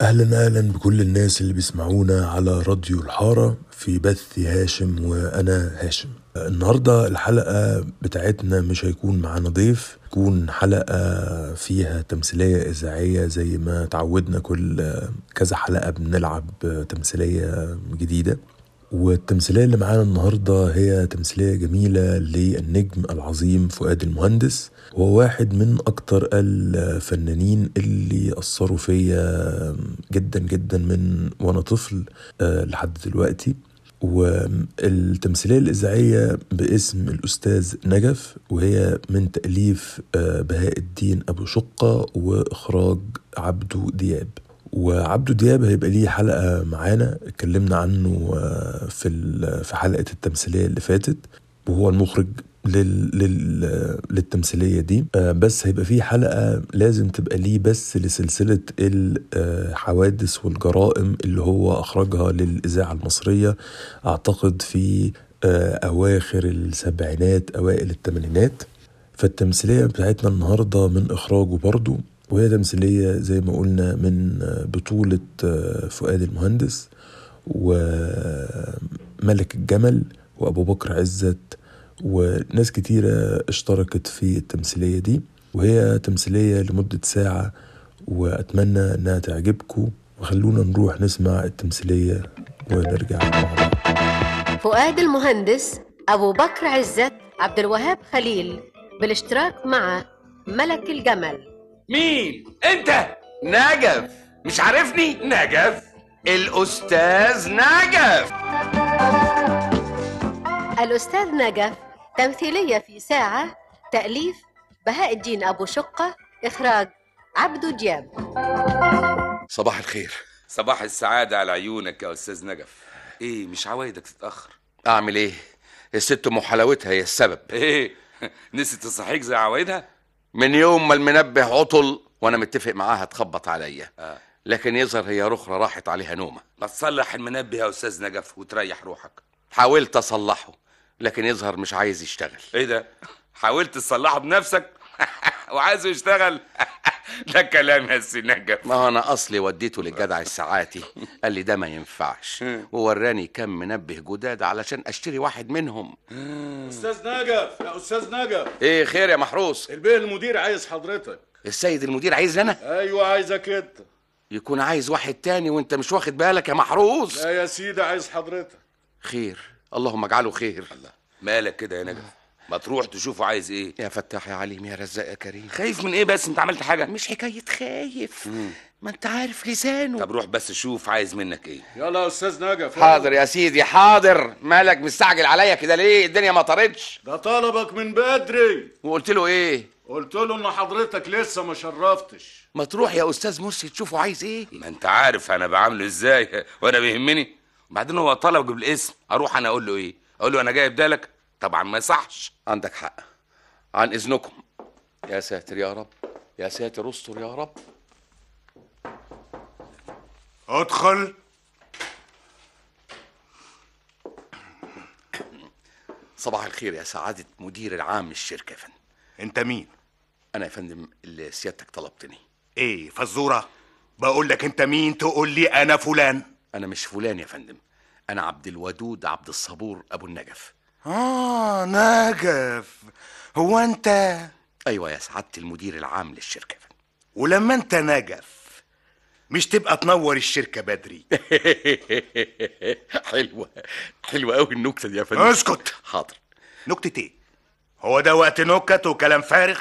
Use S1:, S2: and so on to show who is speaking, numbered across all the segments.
S1: أهلا أهلا بكل الناس اللي بيسمعونا على راديو الحارة في بث هاشم وأنا هاشم النهاردة الحلقة بتاعتنا مش هيكون معانا ضيف تكون حلقة فيها تمثيلية إذاعية زي ما تعودنا كل كذا حلقة بنلعب تمثيلية جديدة والتمثيلية اللي معانا النهاردة هي تمثيلية جميلة للنجم العظيم فؤاد المهندس هو واحد من أكتر الفنانين اللي أثروا فيا جدا جدا من وأنا طفل أه لحد دلوقتي والتمثيلية الإذاعية باسم الأستاذ نجف وهي من تأليف أه بهاء الدين أبو شقة وإخراج عبده دياب وعبده دياب هيبقى ليه حلقه معانا اتكلمنا عنه آه، في في حلقه التمثيليه اللي فاتت وهو المخرج لل... لل... للتمثيليه دي آه، بس هيبقى فيه حلقه لازم تبقى ليه بس لسلسله الحوادث والجرائم اللي هو اخرجها للاذاعه المصريه اعتقد في اواخر السبعينات اوائل الثمانينات فالتمثيليه بتاعتنا النهارده من اخراجه برضه وهي تمثيلية زي ما قلنا من بطولة آه، فؤاد المهندس وملك الجمل وأبو بكر عزت وناس كتيرة اشتركت في التمثيلية دي وهي تمثيلية لمدة ساعة وأتمنى أنها تعجبكم وخلونا نروح نسمع التمثيلية ونرجع مع
S2: فؤاد المهندس أبو بكر عزت عبد الوهاب خليل بالاشتراك مع ملك الجمل
S3: مين؟ انت نجف مش عارفني؟ نجف الأستاذ نجف
S2: الأستاذ نجف تمثيلية في ساعة تأليف بهاء الدين أبو شقة إخراج عبده دياب
S4: صباح الخير
S3: صباح السعادة على عيونك يا أستاذ نجف إيه مش عوايدك تتأخر
S4: أعمل إيه؟ الست أم حلاوتها هي السبب
S3: إيه؟ نسيت تصحيك زي عوايدها؟
S4: من يوم ما المنبه عطل وانا متفق معاها تخبط عليا
S3: آه.
S4: لكن يظهر هي رخرة راحت عليها نومة
S3: ما تصلح المنبه يا أستاذ نجف وتريح روحك
S4: حاولت اصلحه لكن يظهر مش عايز يشتغل
S3: إيه ده؟ حاولت تصلحه بنفسك وعايزه يشتغل ده كلام يا سي نجف
S4: ما هو انا اصلي وديته للجدع الساعاتي قال لي ده ما ينفعش ووراني كم منبه جداد علشان اشتري واحد منهم
S5: استاذ نجف يا استاذ نجف
S4: ايه آه. خير يا محروس
S5: البيه المدير عايز حضرتك
S4: السيد المدير عايزني انا
S5: ايوه عايزك انت
S4: يكون عايز واحد تاني وانت مش واخد بالك يا محروس
S5: لا يا سيدي عايز حضرتك
S4: خير اللهم اجعله خير
S3: مالك كده يا نجف؟ ما تروح تشوفه عايز إيه؟
S4: يا فتاح يا عليم يا رزاق يا كريم
S3: خايف من إيه بس أنت عملت حاجة؟
S4: مش حكاية خايف
S3: مم.
S4: ما انت عارف لسانه
S3: طب روح بس شوف عايز منك إيه
S5: يلا يا استاذ نجف يلا.
S4: حاضر يا سيدي حاضر مالك مستعجل عليا كده ليه الدنيا مطرتش
S5: ده طلبك من بدري
S4: وقلت له
S3: إيه؟
S4: ايه
S5: قلت له ان حضرتك لسه ما شرفتش
S4: ما تروح يا استاذ مرسي تشوفه عايز ايه
S3: ما أنت عارف أنا بعامله إزاي وأنا بيهمني وبعدين هو طلبك بالاسم أروح أنا أقول له إيه؟ أقول له أنا جاي بدالك؟ طبعا ما يصحش
S4: عندك حق عن اذنكم يا ساتر يا رب يا ساتر استر يا رب
S6: ادخل
S4: صباح الخير يا سعادة مدير العام للشركة يا فندم
S6: انت مين
S4: أنا يا فندم اللي سيادتك طلبتني
S6: ايه فزوره بقول لك انت مين تقول لي انا فلان
S4: أنا مش فلان يا فندم أنا عبد الودود عبد الصبور أبو النجف
S6: اه نجف هو انت
S4: أيوة يا سعادة المدير العام للشركة يا فندم
S6: ولما انت نجف مش تبقى تنور الشركه بدري
S4: حلوة حلوة أوي النكتة دي يا فندم
S6: اسكت
S4: حاضر
S6: نكتة ايه هو ده وقت نكت وكلام فارغ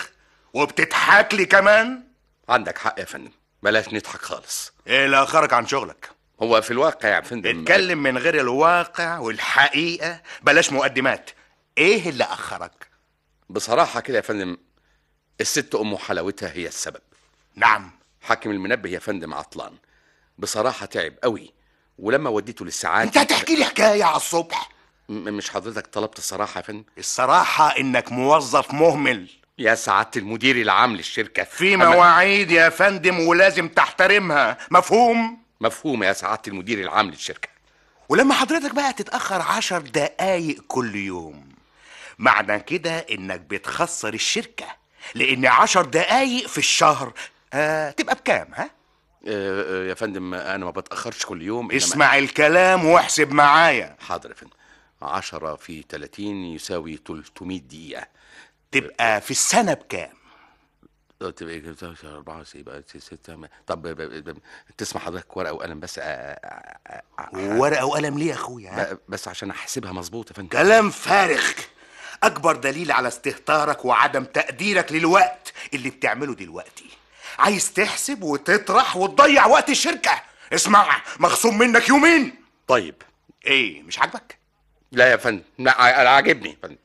S6: وبتضحك لي كمان
S4: عندك حق يا فندم بلاش نضحك خالص
S6: ايه اللي اخرك عن شغلك
S4: هو في الواقع يا فندم
S6: اتكلم من غير الواقع والحقيقه بلاش مقدمات ايه اللي اخرك
S4: بصراحة كده يا فندم الست أم حلاوتها هي السبب
S6: نعم
S4: حاكم المنبه يا فندم عطلان بصراحة تعب قوي ولما وديته للساعات
S6: انت هتحكي لي حكايه على الصبح
S4: م- مش حضرتك طلبت الصراحة يا فندم
S6: الصراحه انك موظف مهمل
S4: يا سعادة المدير العام للشركة
S6: في
S4: أما-
S6: مواعيد يا فندم ولازم تحترمها مفهوم
S4: مفهوم يا سعادة المدير العام للشركة
S6: ولما حضرتك بقى تتأخر عشر دقايق كل يوم معنى كده انك بتخسر الشركة لان عشر دقايق في الشهر آه تبقى بكام ها؟
S7: آه، آه، يا فندم آه، انا ما بتاخرش كل يوم إنما-
S6: اسمع الكلام واحسب معايا
S7: حاضر يا فندم 10 في 30 يساوي 300 دقيقة
S6: تبقى في السنة بكام
S7: طب تبقى إيه؟ طب أربعة وستة، يبقى ستة، ستة ما- طب ب- ب- ب- تسمح حضرتك ورقة وقلم بس آه، آ- آ- آ-
S6: ورقة وقلم ليه يا اخويا ها؟
S7: آه، ب- بس عشان أحسبها مظبوط يا فندم
S6: كلام فارغ اكبر دليل على استهتارك وعدم تقديرك للوقت اللي بتعمله دلوقتي عايز تحسب وتطرح وتضيع وقت الشركة اسمع مخصوم منك يومين
S7: طيب
S6: ايه مش عاجبك
S7: لا يا فندم لا ع- أنا عاجبني يا فندم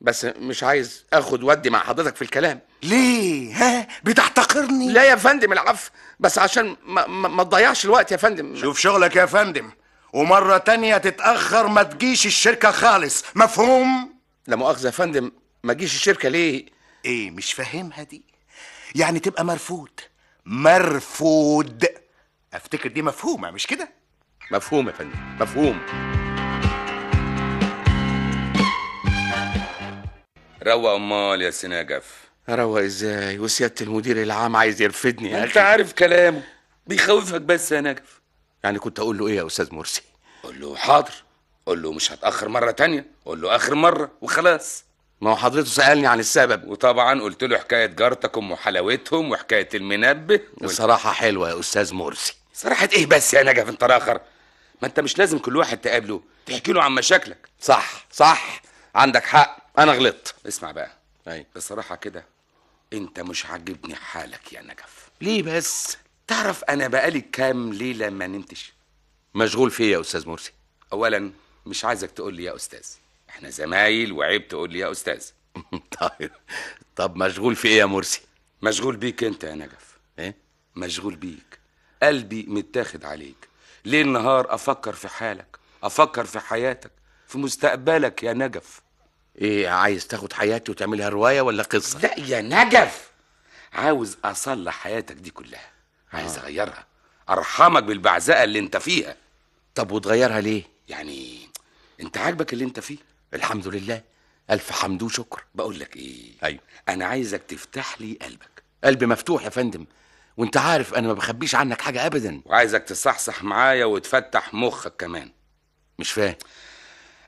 S7: بس مش عايز آخد ودي مع حضرتك في الكلام
S6: ليه ها بتحتقرني
S7: لا يا فندم العفو بس عشان ما, ما, ما تضيعش الوقت يا فندم
S6: شوف شغلك يا فندم ومرة تانية تتأخر ما تجيش الشركة خالص مفهوم؟
S7: لا مؤاخذة يا فندم ما تجيش الشركة ليه
S6: ايه مش فاهمها دي؟ يعني تبقى مرفود مرفود افتكر دي مفهومة مش كده؟
S7: مفهوم يا فندم مفهوم
S4: روق امال يا سي نجف
S7: اروق ازاي وسياده المدير العام عايز يرفدني يا
S4: انت
S7: اخي
S4: عارف كلامه بيخوفك بس يا نجف
S7: يعني كنت اقول له ايه يا استاذ مرسي
S4: قول له حاضر قول له مش هتاخر مره تانية قول له اخر مره وخلاص
S7: ما هو حضرته سالني عن السبب
S4: وطبعا قلت له حكايه جارتك ام حلاوتهم وحكايه المنبه وال-
S7: الصراحه حلوه يا استاذ مرسي
S4: صراحه ايه بس يا نجف انت راخر ما انت مش لازم كل واحد تقابله تحكي له عن مشاكلك
S7: صح صح عندك حق انا غلطت
S4: اسمع بقى
S7: أي.
S4: بصراحه كده انت مش عاجبني حالك يا نجف
S7: ليه بس
S4: تعرف انا بقالي كام ليله ما نمتش
S7: مشغول في ايه يا استاذ مرسي
S4: اولا مش عايزك تقول لي يا استاذ احنا زمايل وعيب تقول لي يا استاذ
S7: طيب طب مشغول في ايه يا مرسي
S4: إيه مشغول بيك انت يا نجف إيه؟
S7: ايه
S4: مشغول بيك قلبي متاخد عليك ليل نهار افكر في حالك افكر في حياتك في مستقبلك يا نجف
S7: ايه عايز تاخد حياتي وتعملها روايه ولا قصه
S4: لا يا نجف عاوز اصلح حياتك دي كلها
S7: آه.
S4: عايز اغيرها ارحمك بالبعزقه اللي انت فيها
S7: طب وتغيرها ليه
S4: يعني انت عاجبك اللي انت فيه
S7: الحمد لله الف حمد وشكر
S4: بقول لك ايه
S7: أيوة.
S4: انا عايزك تفتح لي قلبك
S7: قلبي مفتوح يا فندم وانت عارف انا ما بخبيش عنك حاجه ابدا
S4: وعايزك تصحصح معايا وتفتح مخك كمان
S7: مش فاهم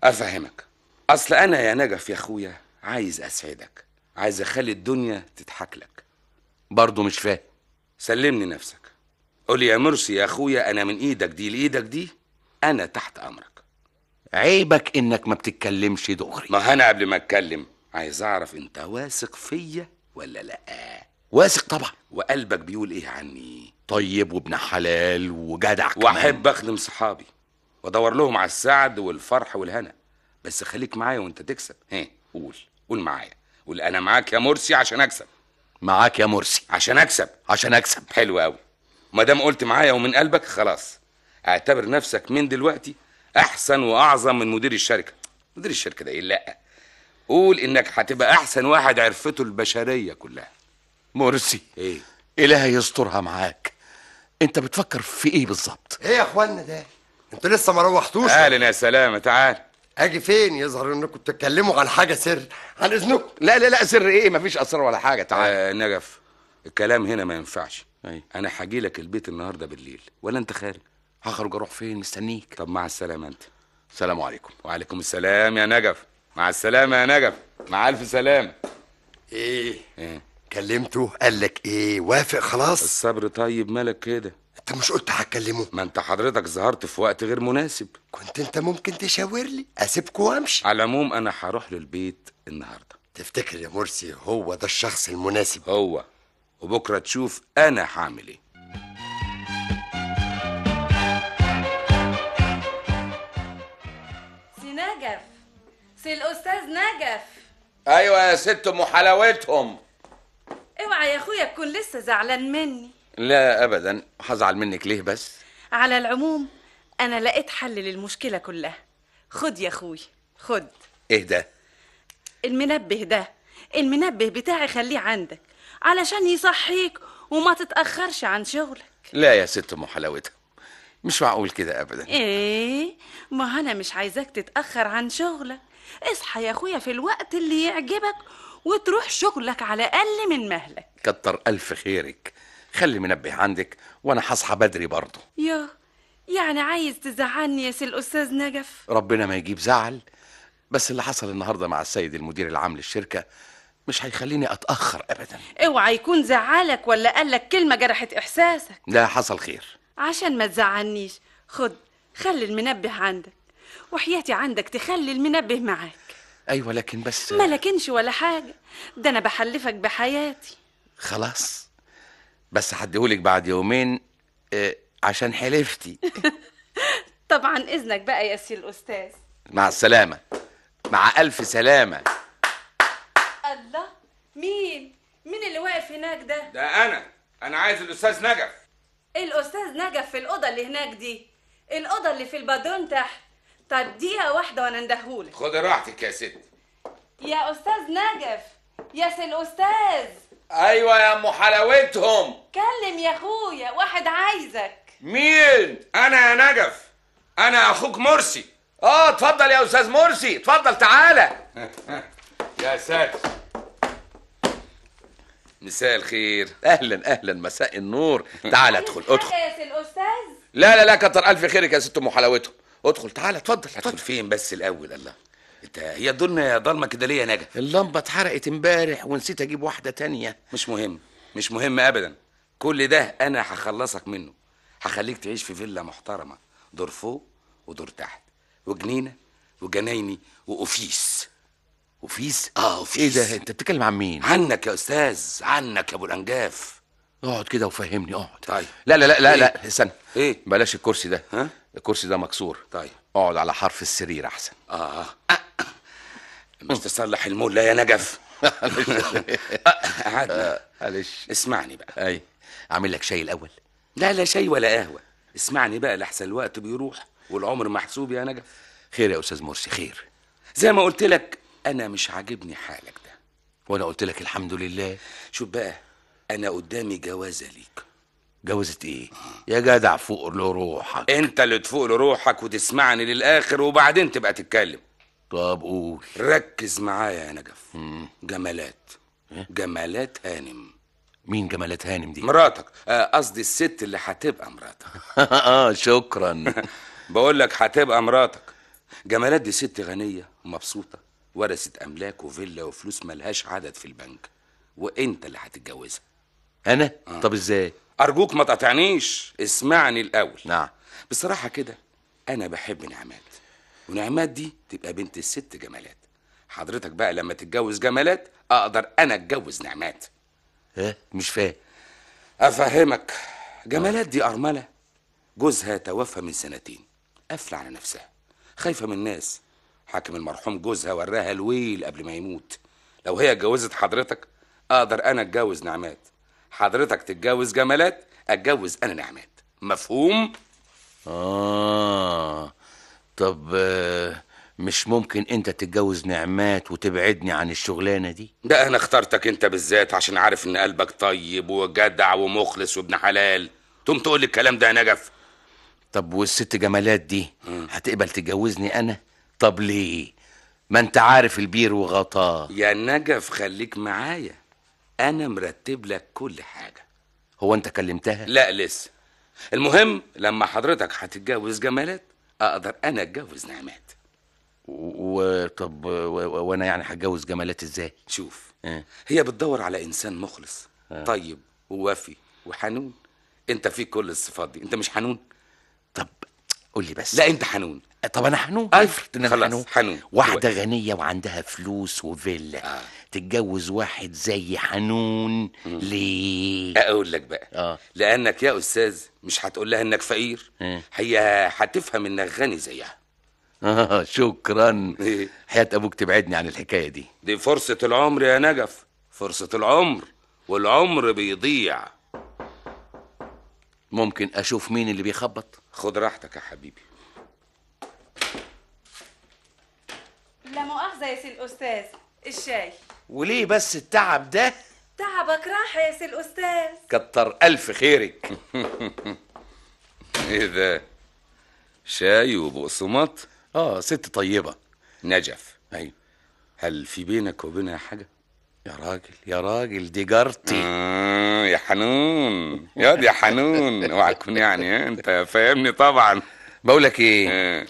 S4: افهمك اصل انا يا نجف يا اخويا عايز اسعدك عايز اخلي الدنيا تضحك لك
S7: برضه مش فاهم
S4: سلمني نفسك قول لي يا مرسي يا اخويا انا من ايدك دي لايدك دي انا تحت امرك
S7: عيبك انك ما بتتكلمش دغري
S4: ما انا قبل ما اتكلم عايز اعرف انت واثق فيا ولا لا
S7: واثق طبعا
S4: وقلبك بيقول ايه عني
S7: إيه طيب وابن حلال وجدع كمان
S4: واحب اخدم صحابي وادور لهم على السعد والفرح والهنا بس خليك معايا وانت تكسب ها قول قول معايا قول انا معاك يا مرسي عشان اكسب
S7: معاك يا مرسي
S4: عشان اكسب
S7: عشان اكسب
S4: حلو قوي ما دام قلت معايا ومن قلبك خلاص اعتبر نفسك من دلوقتي احسن واعظم من مدير الشركه مدير الشركه ده ايه لا قول انك هتبقى احسن واحد عرفته البشريه كلها
S7: مرسي
S4: ايه
S7: الهي يسترها معاك انت بتفكر في ايه بالظبط
S8: ايه يا اخوانا ده انتوا لسه ما روحتوش
S4: اهلا يا سلامه تعال
S8: اجي فين يظهر انكم بتتكلموا عن حاجه سر عن اذنكم
S7: لا لا لا سر ايه مفيش اسرار ولا حاجه تعال طيب.
S4: آه نجف الكلام هنا ما ينفعش
S7: أي.
S4: انا هاجي لك البيت النهارده بالليل ولا انت خارج
S7: هخرج اروح فين مستنيك
S4: طب مع السلامه انت
S7: السلام عليكم
S4: وعليكم السلام يا نجف مع السلامه يا نجف مع الف سلامه
S8: ايه
S4: إيه؟
S8: كلمته قال لك ايه وافق خلاص
S4: الصبر طيب مالك كده
S8: انت مش قلت هتكلمه
S4: ما انت حضرتك ظهرت في وقت غير مناسب
S8: كنت انت ممكن تشاور لي اسيبكم وامشي
S4: على العموم انا هروح للبيت النهارده
S8: تفتكر يا مرسي هو ده الشخص المناسب
S4: هو وبكره تشوف انا هعمل
S6: إيه.
S4: ايه
S9: سي نجف سي الاستاذ نجف
S7: ايوه يا ست ام حلاوتهم
S9: اوعى يا اخويا تكون لسه زعلان مني
S7: لا ابدا هزعل منك ليه بس
S9: على العموم انا لقيت حل للمشكله كلها خد يا اخوي خد
S7: ايه ده
S9: المنبه ده المنبه بتاعي خليه عندك علشان يصحيك وما تتاخرش عن شغلك
S7: لا يا ست ام حلاوتهم مش معقول كده ابدا
S9: ايه ما انا مش عايزاك تتاخر عن شغلك اصحى يا اخويا في الوقت اللي يعجبك وتروح شغلك على اقل من مهلك
S7: كتر ألف خيرك
S6: خلي منبه عندك وانا هصحى بدري برضه
S9: يوه يعني عايز تزعلني يا سي الاستاذ نجف
S6: ربنا ما يجيب زعل بس اللي حصل النهارده مع السيد المدير العام للشركه مش هيخليني اتاخر ابدا
S9: اوعى يكون زعلك ولا قالك كلمه جرحت احساسك
S6: لا حصل خير
S9: عشان ما تزعلنيش خد خلي المنبه عندك وحياتي عندك تخلي المنبه معاك
S6: ايوه لكن بس
S9: ما لكنش ولا حاجه ده انا بحلفك بحياتي
S6: خلاص بس هديهولك بعد يومين آه، عشان حلفتي
S9: طبعا اذنك بقى يا سي الاستاذ
S6: مع السلامه مع الف سلامه
S9: الله مين مين اللي واقف هناك ده
S4: ده انا انا آه، عايز الاستاذ نجف
S9: الاستاذ نجف في الاوضه اللي هناك دي الاوضه اللي في البدون تحت طب دقيقه واحده وانا اندهولك
S4: خدي راحتك يا ست
S9: يا استاذ نجف يا سي الاستاذ
S4: ايوه يا ام حلاوتهم
S9: كلم يا اخويا واحد عايزك
S4: مين انا يا نجف انا اخوك مرسي اه اتفضل يا استاذ مرسي اتفضل تعالى يا ساتر مساء الخير
S6: اهلا اهلا مساء النور تعال ادخل ادخل
S9: يا سي الاستاذ
S6: لا لا لا كتر الف خيرك يا ست ام حلاوتهم ادخل تعال اتفضل
S4: هدخل
S6: اتفضل
S4: فين بس الاول الله انت هي الدنيا ضلمه كده ليه يا نجف
S6: اللمبه اتحرقت امبارح ونسيت اجيب واحده تانية
S4: مش مهم مش مهم ابدا كل ده انا هخلصك منه هخليك تعيش في فيلا محترمه دور فوق ودور تحت وجنينه وجنايني واوفيس اوفيس اه
S6: ايه
S4: اوفيس
S6: ده انت بتتكلم عن مين
S4: عنك يا استاذ عنك يا ابو الانجاف
S6: اقعد كده وفهمني اقعد
S4: طيب.
S6: لا لا لا لا لا
S4: إيه؟
S6: استنى
S4: إيه؟
S6: بلاش الكرسي ده
S4: ها؟
S6: الكرسي ده مكسور
S4: طيب.
S6: اقعد على حرف السرير احسن
S4: اه مش تصلح المولى يا نجف قعدنا
S6: آه، معلش
S4: اسمعني بقى
S6: اي اعمل لك شاي الاول
S4: لا لا شاي ولا قهوه اسمعني بقى لحسن الوقت بيروح والعمر محسوب يا نجف
S6: خير يا استاذ مرسي خير
S4: زي ما قلت لك انا مش عاجبني حالك ده
S6: وانا قلت لك الحمد لله
S4: شوف بقى انا قدامي جوازه ليك
S6: جوزت
S4: إيه؟
S6: ايه يا جدع فوق له روحك
S4: انت اللي تفوق لروحك وتسمعني للاخر وبعدين تبقى تتكلم
S6: طب قول
S4: ركز معايا يا نجف جمالات جمالات هانم
S6: إيه؟ مين جمالات هانم دي
S4: مراتك آه، قصدي الست اللي هتبقى مراتك
S6: اه شكرا
S4: بقول لك هتبقى مراتك جمالات دي ست غنيه ومبسوطه ورثت املاك وفيلا وفلوس ملهاش عدد في البنك وانت اللي هتتجوزها
S6: انا
S4: آه.
S6: طب ازاي
S4: ارجوك ما تقاطعنيش اسمعني الاول
S6: نعم
S4: بصراحة كده أنا بحب نعمات ونعمات دي تبقى بنت الست جمالات حضرتك بقى لما تتجوز جمالات أقدر أنا أتجوز نعمات
S6: ها ايه؟ مش فاهم
S4: أفهمك جمالات دي أرملة جوزها توفى من سنتين قافلة على نفسها خايفة من الناس حاكم المرحوم جوزها وراها الويل قبل ما يموت لو هي اتجوزت حضرتك أقدر أنا أتجوز نعمات حضرتك تتجوز جمالات أتجوز أنا نعمات مفهوم؟
S6: آه طب آه، مش ممكن أنت تتجوز نعمات وتبعدني عن الشغلانة دي؟
S4: ده انا اخترتك انت بالذات عشان عارف ان قلبك طيب وجدع ومخلص وابن حلال تقوم تقول لي الكلام ده يا نجف
S6: طب والست جمالات دي هتقبل تجوزني أنا؟ طب ليه؟ ما أنت عارف البير وغطاه
S4: يا نجف خليك معايا انا مرتب لك كل حاجه
S6: هو أنت كلمتها؟
S4: لا لسه المهم لما حضرتك هتتجوز جمالات اقدر انا اتجوز نعمات
S6: وطب وأنا يعني هتجوز جمالات إزاي؟
S4: شوف
S6: إيه؟ آه.
S4: هي بتدور على انسان مخلص طيب ووفي وحنون انت فيك كل الصفات دي انت مش حنون
S6: طب قول لي بس آه،
S4: لا انت حنون
S6: طب انا حنون
S4: أيوة،
S6: افرض ان انا
S4: خلاص،
S6: حنون
S4: حنون.
S6: واحده
S4: كويس.
S6: غنيه وعندها فلوس وفيلا آه. تتجوز واحد زي حنون ليه
S4: اقول لك بقى
S6: آه.
S4: لانك يا استاذ مش هتقول لها انك فقير
S6: إيه.
S4: هي هتفهم انك غني زيها
S6: آه شكرا
S4: إيه.
S6: حياة أبوك تبعدني عن الحكاية دي
S4: دي فرصه العمر يا نجف فرصه العمر والعمر بيضيع
S6: ممكن أشوف مين اللي بيخبط
S4: خد راحتك يا حبيبي
S9: لا مؤاخذه يا سي الاستاذ الشاي
S6: وليه بس التعب ده
S9: تعبك راح يا سي الاستاذ
S6: كتر ألف خيرك
S4: ايه ده شاي وبقسماط
S6: آه ست طيبة
S4: نجف
S6: أيوة
S4: هل في بينك وبينها حاجه يا راجل يا راجل دي جارتي
S3: آه يا حنون يا يا حنون اوعى تكون يعني آه، انت فاهمني طبعا
S4: بقول لك
S6: إيه؟
S4: ايه
S3: آه.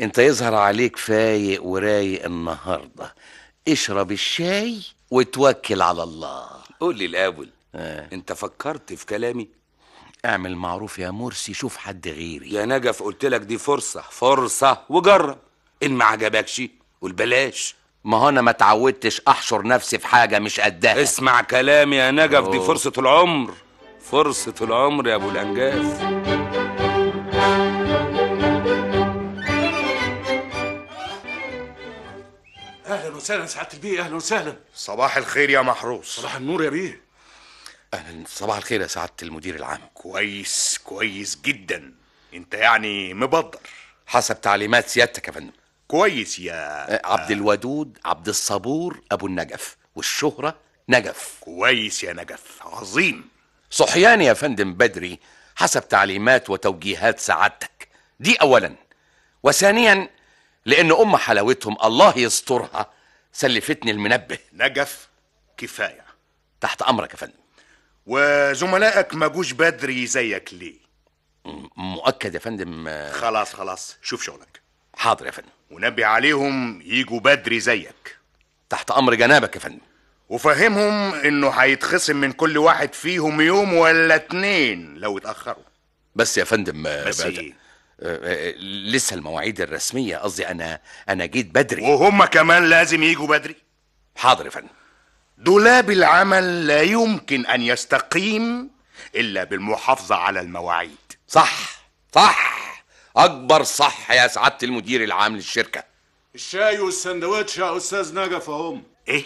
S4: انت يظهر عليك فايق ورايق النهارده اشرب الشاي وتوكل على الله
S3: قول لي الاول
S4: آه.
S3: انت فكرت في كلامي
S4: اعمل معروف يا مرسي شوف حد غيري
S3: يا نجف قلت لك دي فرصه فرصه وجرب ان ما عجبكش قول بلاش
S4: ما هو انا ما اتعودتش احشر نفسي في حاجه مش قدها
S3: اسمع كلامي يا نجف دي
S4: أوه.
S3: فرصه العمر فرصه العمر يا ابو الانجاز
S5: اهلا وسهلا سعاده البيه اهلا وسهلا
S6: صباح الخير يا محروس
S5: صباح النور يا بيه
S4: اهلا صباح الخير يا سعاده المدير العام
S6: كويس كويس جدا انت يعني مبدر
S4: حسب تعليمات سيادتك يا فندم
S6: كويس يا
S4: آه، عبد الودود عبد الصبور ابو النجف والشهره نجف
S6: كويس يا نجف عظيم
S4: صحيان يا فندم بدري حسب تعليمات وتوجيهات سعادتك دي اولا وثانيا لان ام حلاوتهم الله يسترها سلفتني المنبه
S6: نجف كفايه
S4: تحت امرك يا فندم
S6: وزملائك ما جوش بدري زيك ليه
S4: مؤكد يا فندم آه،
S6: خلاص خلاص شوف شغلك
S4: حاضر يا فندم
S6: ونبي عليهم يجوا بدري زيك
S4: تحت امر جنابك يا فندم
S6: وفهمهم انه هيتخصم من كل واحد فيهم يوم ولا اتنين لو اتاخروا
S4: بس يا فندم آه،
S6: بس
S4: بعد-
S6: ايه
S4: آه، آه، لسه المواعيد الرسميه قصدي انا انا جيت بدري
S6: وهم كمان لازم يجوا بدري
S4: حاضر يا فندم
S6: دولاب العمل لا يمكن ان يستقيم الا بالمحافظه على المواعيد
S4: صح صح اكبر صح يا سعاده المدير العام للشركه
S5: الشاي والسندوتش يا استاذ نجف اهم
S6: ايه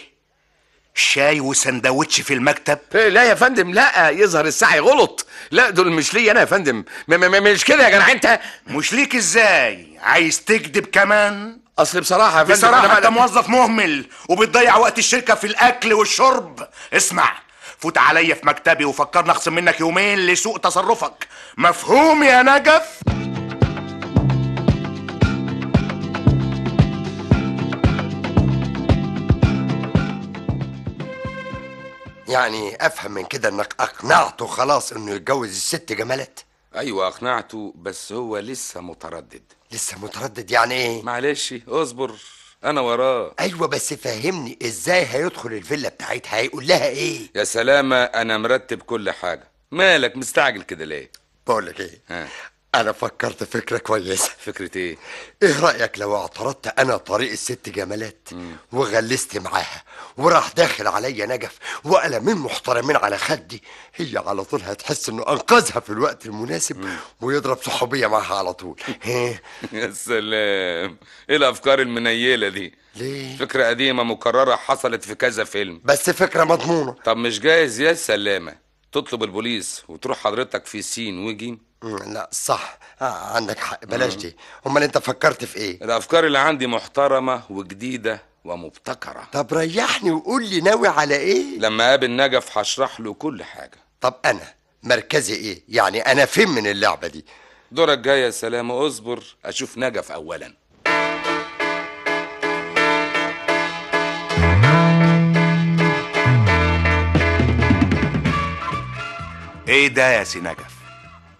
S6: شاي وسندوتش في المكتب
S4: إيه، لا يا فندم لا يظهر السعي غلط لا دول مش ليا انا يا فندم م- م- م- مش كده يا جدع انت
S6: مش ليك ازاي عايز تكذب كمان
S4: اصل بصراحه يا فندم أنا
S6: بصراحه
S4: بقى-
S6: انت موظف مهمل وبتضيع وقت الشركه في الاكل والشرب اسمع فوت عليا في مكتبي وفكرني اخصم منك يومين لسوء تصرفك مفهوم يا نجف
S8: يعني افهم من كده انك اقنعته خلاص انه يتجوز الست جمالت
S3: ايوه اقنعته بس هو لسه متردد
S8: لسه متردد يعني ايه
S3: معلش اصبر انا وراه
S8: ايوه بس فهمني ازاي هيدخل الفيلا بتاعتها هيقول لها ايه
S3: يا سلامة أنا مرتب كل حاجة مالك مستعجل كده ليه؟
S8: بقول لك ايه
S3: ها
S8: انا فكرت فكره كويسه
S3: فكرة إيه؟
S8: ايه رايك لو اعترضت انا طريق الست جمالات وغلست معاها وراح داخل عليا نجف وانا من محترمين على خدي هي على طول هتحس انه انقذها في الوقت المناسب ويضرب صحوبيه معاها على طول ها
S3: يا سلام إيه الأفكار المنيلة دي؟
S8: ليه
S3: فكرة قديمة مكررة حصلت في كذا فيلم
S8: بس فكره مضمونه
S3: طب مش جايز يا سلامة تطلب البوليس وتروح حضرتك في سين وجيم
S8: مم، لا صح آه عندك حق بلاش دي امال انت فكرت في ايه
S3: الأفكار اللي عندي محترمة وجديدة ومبتكرة
S8: طب ريحني وقول لي ناوي على ايه
S3: لما أقابل نجف هشرح له كل حاجة
S8: طب انا مركزي ايه يعني انا فين من اللعبه دي
S3: دورك جاي يا سلامة اصبر أشوف نجف أولا
S6: ايه ده يا سي نجف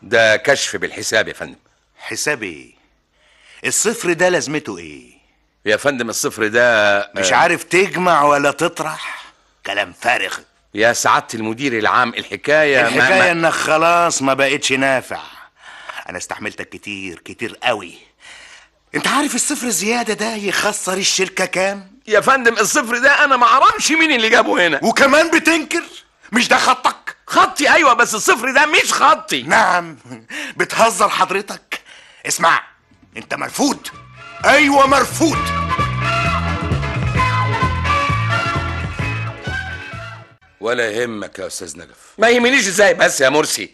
S4: ده كشف بالحساب يا فندم
S6: حساب ايه الصفر ده لازمته ايه
S4: يا فندم الصفر ده آه،
S6: مش عارف تجمع ولا تطرح كلام فارغ
S4: يا سعاده المدير العام الحكايه ما-
S6: الحكايه
S4: ما-
S6: انك خلاص ما بقتش نافع انا استحملتك كتير كتير قوي انت عارف الصفر زياده ده يخسر الشركه كام
S4: يا فندم الصفر ده انا ما اعرفش مين اللي جابه هنا
S6: وكمان بتنكر مش ده خطك
S4: خطي ايوه بس الصفر ده مش خطي
S6: نعم بتهزر حضرتك اسمع انت مرفوض ايوه مرفوض
S3: ولا يهمك يا أستاذ نجف
S4: ما يهمنيش ازاي بس يا مرسي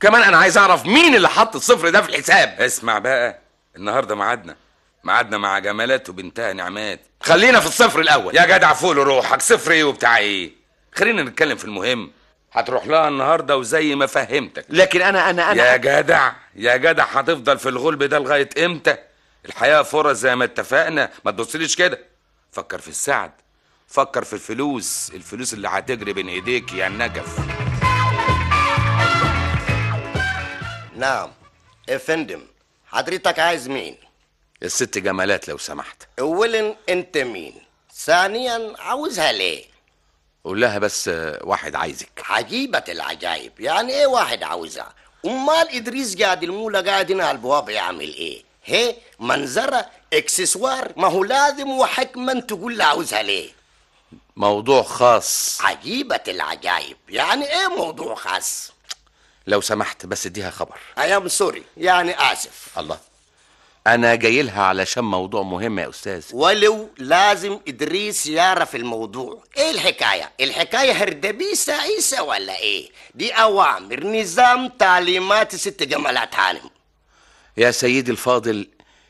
S4: كمان انا عايز اعرف مين اللي حط الصفر ده في الحساب
S3: اسمع بقى النهارده ميعادنا ميعادنا مع جمالات وبنتها نعمات
S4: خلينا في الصفر الاول
S3: يا جدع فوق لروحك صفر ايه وبتاع ايه خلينا نتكلم في المهم هتروح لها النهارده وزي ما فهمتك
S4: لكن انا انا انا
S3: يا جدع يا جدع هتفضل في الغلب ده لغايه امتى الحياه فرص زي ما اتفقنا ما تبصليش كده فكر في السعد فكر في الفلوس الفلوس اللي هتجري بين ايديك يا نجف
S10: نعم افندم حضرتك عايز مين
S4: الست جمالات لو سمحت
S10: اولا انت مين ثانيا عاوزها ليه
S4: قول لها بس آه، واحد عايزك
S10: عجيبة العجائب يعني ايه واحد عاوزها امال ادريس قاعد المولى قاعد هنا على البواب يعمل ايه هي منظرة اكسسوار ما هو لازم وحكما تقول له عاوزها ليه
S4: موضوع خاص
S10: عجيبة العجائب يعني ايه موضوع خاص
S4: لو سمحت بس اديها خبر
S10: ايام سوري يعني اسف
S4: الله انا جاي لها علشان موضوع مهم يا استاذ
S10: ولو لازم ادريس يعرف الموضوع ايه الحكايه الحكايه هردبيسه عيسى ولا ايه دي اوامر نظام تعليمات ست جمالات حانم
S4: يا سيدي الفاضل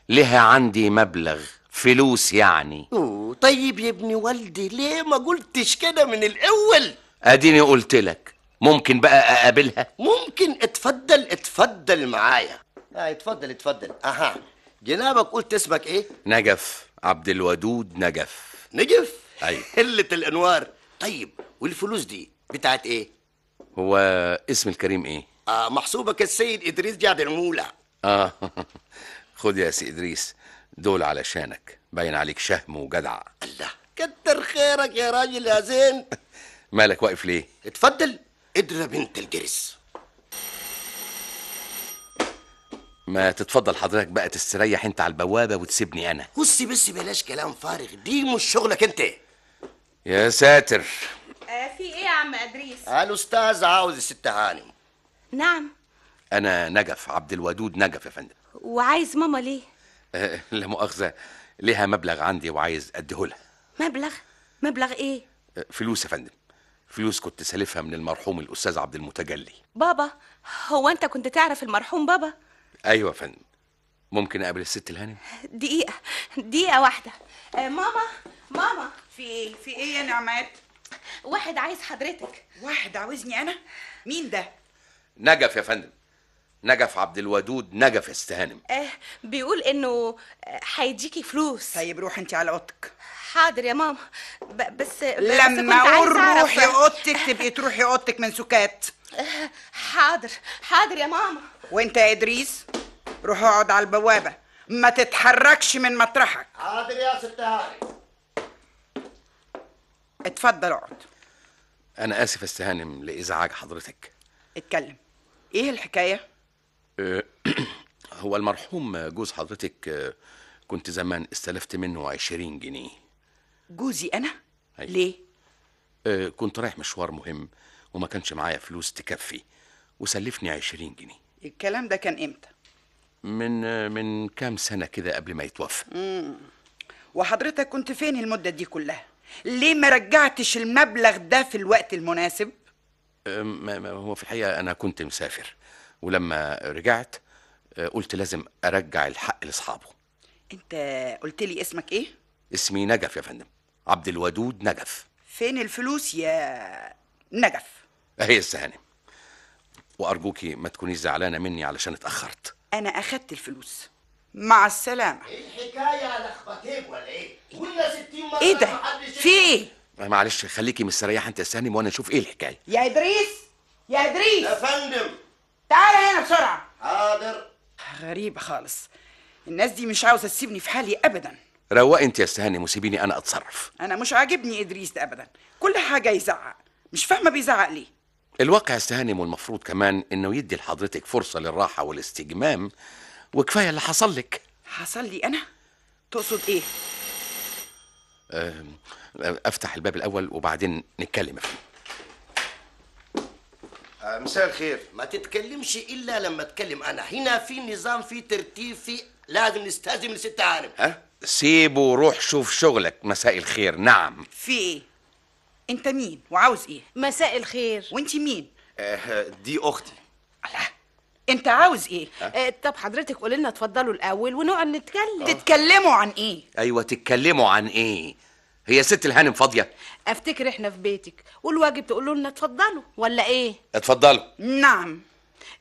S4: لها عندي مبلغ فلوس يعني
S10: أوه طيب يا ابن والدي ليه ما قلتش كده من الاول
S4: اديني قلت لك ممكن بقى اقابلها
S10: ممكن اتفضل اتفضل معايا اه اتفضل اتفضل اها جنابك قلت اسمك ايه
S4: نجف عبد الودود نجف
S10: نجف
S4: أيوة.
S10: قله الانوار طيب والفلوس دي بتاعت ايه
S4: هو اسم الكريم ايه
S10: آه محسوبك السيد ادريس جعد المولى
S4: اه خد يا سي ادريس دول علشانك باين عليك شهم وجدع
S10: الله كتر خيرك يا راجل يا زين
S4: مالك واقف ليه
S10: اتفضل اضرب انت الجرس
S4: ما تتفضل حضرتك بقى تستريح انت على البوابه وتسيبني انا
S10: بصي بس بلاش كلام فارغ دي مش شغلك انت
S4: يا ساتر
S9: آه في ايه يا عم ادريس
S11: آه.
S10: الاستاذ عاوز الست هانم
S9: نعم
S4: انا نجف عبد الودود نجف يا فندم
S9: وعايز ماما ليه
S4: آه، لا مؤاخذه ليها مبلغ عندي وعايز اديهولها
S9: مبلغ مبلغ ايه
S4: آه، فلوس يا فندم فلوس كنت سالفها من المرحوم الاستاذ عبد المتجلي
S9: بابا هو انت كنت تعرف المرحوم بابا
S4: ايوه يا فندم ممكن اقابل الست الهانم
S9: دقيقة دقيقة واحدة آه ماما ماما في ايه في
S11: إيه
S9: ايه يا نعمات واحد عايز حضرتك
S11: واحد عاوزني انا مين ده
S4: نجف يا فندم نجف عبد الودود نجف استهانم
S9: آه بيقول انه آه، هيديكي فلوس
S11: طيب روح انت على اوضتك
S9: حاضر يا ماما ب- بس بس كنت
S11: لما
S9: عايزة
S11: اقول
S9: أعرف-
S11: روحي اوضتك تبقي تروحي اوضتك من سكات
S9: آه، حاضر حاضر يا ماما
S11: وانت يا ادريس روح اقعد على البوابه ما تتحركش من مطرحك
S10: حاضر يا ست هانم
S11: اتفضل اقعد
S4: انا اسف يا استهانم لازعاج حضرتك
S11: اتكلم ايه الحكايه
S4: آه، هو المرحوم جوز حضرتك آه، كنت زمان استلفت منه 20 جنيه
S11: جوزي انا
S4: أيوة.
S11: ليه
S4: آه، كنت رايح مشوار مهم وما كانش معايا فلوس تكفي وسلفني 20 جنيه
S11: الكلام ده كان امتى
S4: من آه، من كام سنة كده قبل ما يتوفى
S11: وحضرتك كنت فين المده دي كلها ليه ما رجعتش المبلغ ده في الوقت المناسب
S4: آه، ما- ما- هو في الحقيقة أنا كنت مسافر ولما رجعت آه، قلت لازم أرجع الحق لأصحابه
S11: انت قلت لي اسمك ايه
S4: اسمي نجف يا فندم عبد الودود نجف
S11: فين الفلوس يا نجف
S4: أهي السهانم وأرجوكي ما تكونيش زعلانة مني علشان اتأخرت
S11: انا اخدت الفلوس مع السلامه
S10: الحكايه على خبطيك ولا ايه كل ستين مره
S11: ايه ده
S10: محدش
S11: في ايه
S4: معلش خليكي مستريحة أنت يا سهانم وأنا أشوف إيه الحكاية
S11: يا ادريس يا ادريس
S10: يا فندم
S11: تعال هنا بسرعه
S10: حاضر
S11: غريبه خالص الناس دي مش عاوزه تسيبني في حالي ابدا
S4: روقي أنت يا استهانم وسيبيني أنا أتصرف
S11: انا مش عاجبني ادريس ده ابدا كل حاجه يزعق مش فاهمه بيزعق ليه
S4: الواقع استهانم والمفروض كمان انه يدي لحضرتك فرصه للراحه والاستجمام وكفايه اللي حصل لك
S11: حصل لي انا تقصد ايه
S4: أم، افتح أه، الباب الاول وبعدين نتكلم فيه
S10: آه مساء الخير ما تتكلمش الا لما اتكلم انا هنا في نظام في ترتيب في لازم نستهزم الست هانم
S4: ها أه؟ سيبه وروح شوف شغلك مساء الخير نعم
S11: في ايه انت مين وعاوز ايه
S9: مساء الخير
S11: وانت مين
S6: أه،
S8: دي أختي
S11: الله انت عاوز ايه
S9: آه، طب حضرتك قولي لنا اتفضلوا الاول ونقعد نتكلم
S11: أه. تتكلموا عن ايه
S4: ايوه تتكلموا عن ايه هي ست الهانم فاضيه
S9: افتكر احنا في بيتك والواجب تقولوا لنا اتفضلوا ولا ايه
S4: اتفضلوا
S11: نعم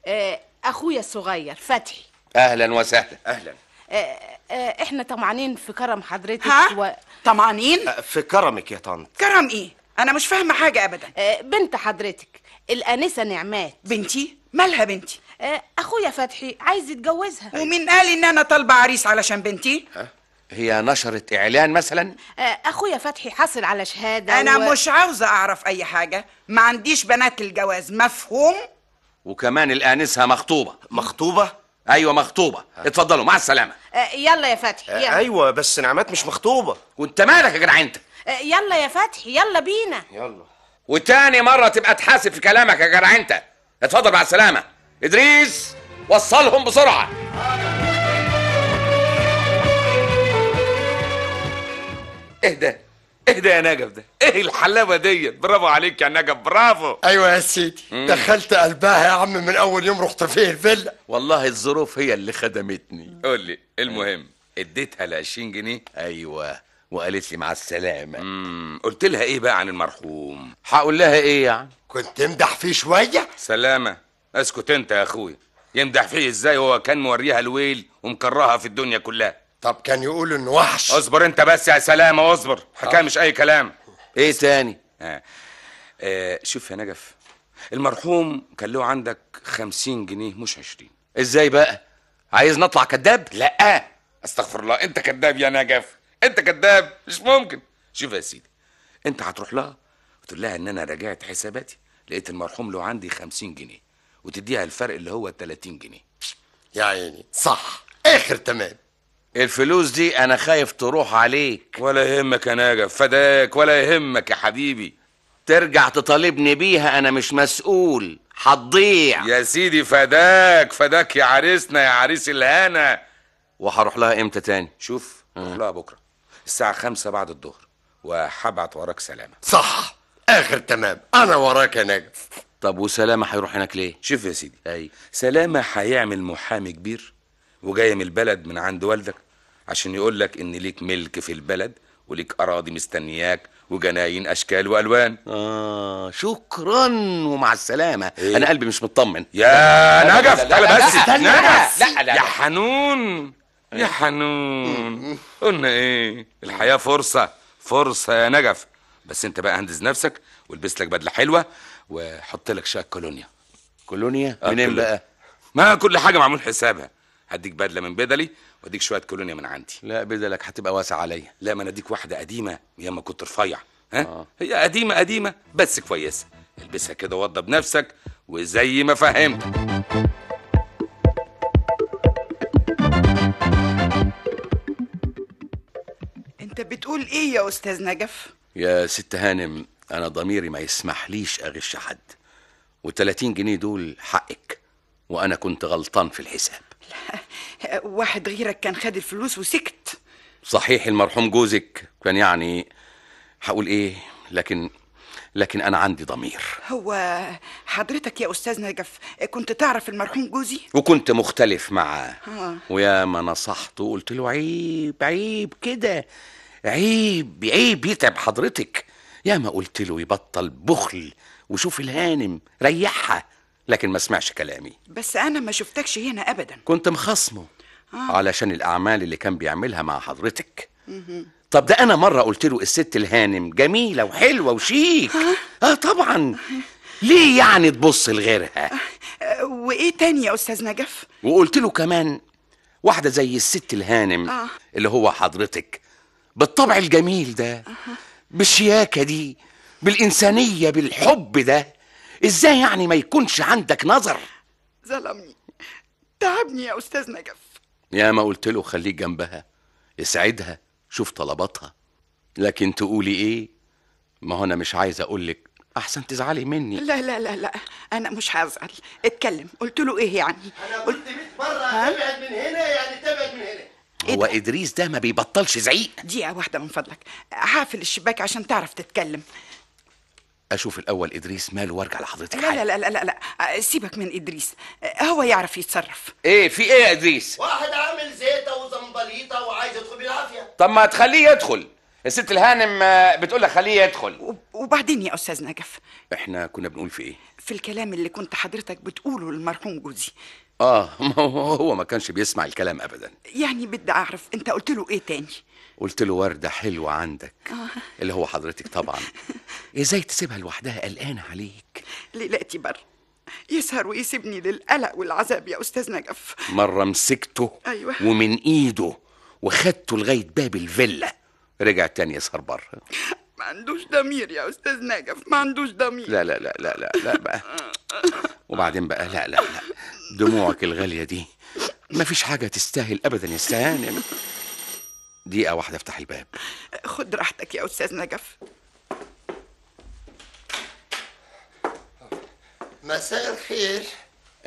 S9: آه، اخويا الصغير فتحي
S4: اهلا وسهلا
S8: أهلا
S9: آه،
S12: آه، آه، احنا طمعانين في كرم حضرتك
S11: ها؟
S12: و...
S11: طمعانين؟
S6: أه،
S10: في كرمك يا طنط
S11: كرم ايه؟ انا مش فاهمه حاجه ابدا
S9: أه،
S12: بنت حضرتك الانسه نعمات
S11: بنتي مالها بنتي
S9: أه،
S12: اخويا فتحي عايز يتجوزها
S11: ومين قال ان انا طالبه عريس علشان بنتي
S4: هي نشرت اعلان مثلا
S12: آه، اخويا فتحي حاصل على شهاده
S11: انا
S12: و...
S11: مش عاوزه اعرف اي حاجه ما عنديش بنات الجواز مفهوم
S4: وكمان الانسه مخطوبه
S10: مخطوبه
S4: ايوه مخطوبه اتفضلوا مع السلامه
S12: آه،
S9: أه،
S12: يلا يا فتحي
S4: أه،
S12: يلا.
S10: ايوه بس نعمات مش مخطوبه
S4: وانت مالك يا جدع انت
S12: آه، يلا يا فتحي يلا بينا
S10: يلا
S4: وتاني مره تبقى تحاسب في كلامك يا جدع انت اتفضل مع السلامه ادريس وصلهم بسرعه اهدى اهدى يا نجف ايه ده ايه الحلاوه ديت برافو عليك يا نجف برافو
S8: ايوه يا سيدي دخلت قلبها يا عم من اول يوم رحت فيه الفيلا
S4: والله الظروف هي اللي خدمتني قول لي إيه المهم اديتها ل 20 جنيه ايوه وقالت لي مع السلامه امم قلت لها ايه بقى عن المرحوم هقول لها ايه يعني
S8: كنت امدح فيه شويه
S3: سلامة اسكت انت يا اخويا يمدح فيه ازاي وهو كان موريها الويل ومكرهها في الدنيا كلها
S8: طب كان يقول انه وحش
S3: اصبر انت بس يا سلامة اصبر حكاية مش اي كلام
S4: ايه تاني
S3: آه. آه شوف يا نجف المرحوم كان له عندك خمسين جنيه مش عشرين
S4: ازاي بقى عايز نطلع كداب
S3: لا استغفر الله انت كذاب يا نجف انت كذاب مش ممكن شوف يا سيدي انت هتروح لها وتقول لها ان انا راجعت حساباتي لقيت المرحوم له عندي 50 جنيه وتديها الفرق اللي هو 30 جنيه
S8: يا عيني صح اخر تمام
S4: الفلوس دي انا خايف تروح عليك
S3: ولا يهمك يا نجف فداك ولا يهمك يا حبيبي
S4: ترجع تطالبني بيها انا مش مسؤول هتضيع
S3: يا سيدي فداك فداك يا عريسنا يا عريس الهنا
S4: وهروح لها امتى تاني آه.
S3: شوف روح لها بكره الساعه خمسة بعد الظهر وهبعت وراك سلامه
S8: صح اخر تمام انا وراك يا نجف
S4: طب وسلامه هيروح هناك ليه
S3: شوف يا سيدي
S4: اي
S3: سلامة هيعمل محامي كبير وجاية من البلد من عند والدك عشان يقول لك إن ليك ملك في البلد وليك أراضي مستنياك وجناين أشكال وألوان
S4: اه شكرا ومع السلامه إيه؟ انا قلبي مش مطمن
S3: يا
S4: لا،
S3: نجف
S4: لا، لا،
S3: تعالى
S4: لا،
S3: بس
S4: لا، لا،
S3: نجف
S4: لا، لا،
S3: يا
S4: لا.
S3: حنون يا حنون قلنا إيه الحياة فرصة فرصة يا نجف بس أنت بقى هندز نفسك والبس لك بدلة حلوة وحط لك شقة كولونيا
S4: كولونيا
S3: آه،
S4: منين
S3: كولونيا.
S4: بقى
S3: ما كل حاجة معمول حسابها هديك بدلة من بدلي واديك شوية كولونيا من عندي
S4: لا بدلك هتبقى واسع عليا
S3: لا ما انا اديك واحده قديمه ياما كنت رفيع ها آه. هي قديمه قديمه بس كويسه البسها كده وضب بنفسك وزي ما فهمت
S11: انت بتقول ايه يا استاذ نجف
S4: يا ست هانم انا ضميري ما يسمحليش اغش حد و30 جنيه دول حقك وانا كنت غلطان في الحساب
S11: آه، واحد غيرك كان خد الفلوس وسكت
S4: صحيح المرحوم جوزك كان يعني هقول ايه لكن لكن انا عندي ضمير
S11: هو حضرتك يا استاذ نجف آه، كنت تعرف المرحوم جوزي
S4: وكنت مختلف معاه
S11: آه.
S4: ويا ما نصحته قلت له عيب عيب كده عيب عيب يتعب حضرتك يا ما قلت له يبطل بخل وشوف الهانم ريحها لكن ما سمعش كلامي
S11: بس انا ما شفتكش هنا آه. ابدا
S4: كنت مخصمه علشان الأعمال اللي كان بيعملها مع حضرتك طب ده أنا مرة قلت له الست الهانم جميلة وحلوة وشيك آه طبعا ليه يعني تبص لغيرها
S11: أه، وايه تاني يا استاذ نجف
S4: وقلت له كمان واحدة زي الست الهانم
S11: آه.
S4: اللي هو حضرتك بالطبع الجميل ده
S11: آه،
S4: بالشياكة دي بالإنسانية بالحب ده إزاي يعني ما يكونش عندك نظر
S11: ظلمني تعبني يا استاذ نجف
S4: يا ما قلت له خليك جنبها اسعدها شوف طلباتها لكن تقولي ايه ما هو انا مش عايز اقولك احسن تزعلي مني
S11: لا لا لا لا انا مش هزعل اتكلم قلت له ايه يعني قلت
S8: 100 مره تبعد من هنا يعني تبعد من هنا
S11: إيه
S4: هو ادريس ده ما بيبطلش زعيق
S11: دقيقه واحده من فضلك حافل الشباك عشان تعرف تتكلم
S4: اشوف الاول ادريس ماله وارجع لحضرتك
S11: لا لا لا لا لا, لا. أه، سيبك من ادريس أه، هو يعرف يتصرف
S4: ايه في ايه يا ادريس
S8: واحد عامل زيته وزنبليطه وعايز يدخل بالعافيه
S4: طب ما تخليه يدخل الست الهانم آه، بتقول لك خليه يدخل
S11: وب- وبعدين يا استاذ نجف
S4: احنا كنا بنقول في ايه
S11: في الكلام اللي كنت حضرتك بتقوله للمرحوم جوزي
S4: اه ما هو هو ما كانش بيسمع الكلام ابدا
S11: يعني بدي اعرف انت قلت له ايه تاني
S4: قلت له ورده حلوه عندك
S11: آه.
S4: اللي هو حضرتك طبعا ازاي تسيبها لوحدها قلقانه عليك
S11: ليلاتي بر يسهر ويسيبني للقلق والعذاب يا استاذ نجف
S4: مره مسكته
S11: أيوة.
S4: ومن ايده وخدته لغايه باب الفيلا رجع تاني يسهر بره
S11: ما عندوش ضمير يا استاذ نجف ما عندوش ضمير
S4: لا لا لا لا لا لا بقى وبعدين بقى لا لا لا دموعك الغاليه دي مفيش حاجه تستاهل ابدا يا استاذ دقيقه واحده افتح الباب
S11: خد راحتك يا استاذ نجف
S8: مساء الخير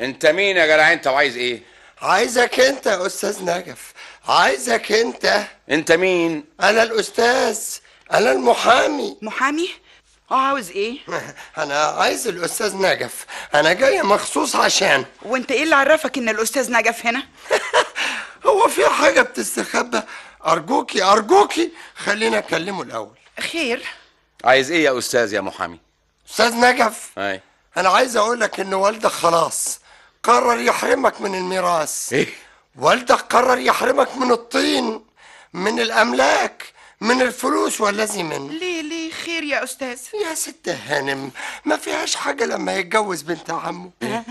S4: انت مين يا جدع انت وعايز ايه
S8: عايزك انت يا استاذ نجف عايزك انت
S4: انت مين
S8: انا الاستاذ انا المحامي
S11: محامي عاوز ايه
S8: انا عايز الاستاذ نجف انا جاي مخصوص عشان
S11: وانت ايه اللي عرفك ان الاستاذ نجف هنا
S8: هو في حاجه بتستخبى ارجوكي ارجوكي خلينا اكلمه الاول
S11: خير
S4: عايز ايه يا استاذ يا محامي
S8: استاذ نجف
S4: اي
S8: انا عايز اقول لك ان والدك خلاص قرر يحرمك من الميراث
S4: ايه
S8: والدك قرر يحرمك من الطين من الاملاك من الفلوس والذي من
S11: ليه ليه خير يا استاذ
S8: يا ست هانم ما فيهاش حاجة لما يتجوز بنت عمه
S4: إيه؟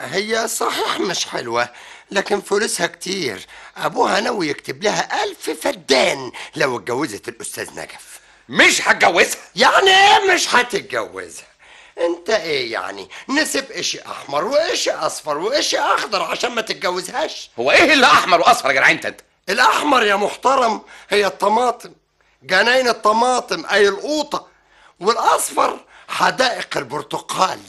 S8: هي صحيح مش حلوة لكن فلوسها كتير أبوها ناوي يكتب لها ألف فدان لو اتجوزت الأستاذ نجف
S4: مش هتجوزها
S8: يعني إيه مش هتتجوزها أنت إيه يعني نسيب قش أحمر وقش أصفر وقش أخضر عشان ما تتجوزهاش
S4: هو ايه اللي احمر واصفر يا جدع انت انت
S8: الأحمر يا محترم هي الطماطم جناين الطماطم أي القوطة والأصفر حدائق البرتقال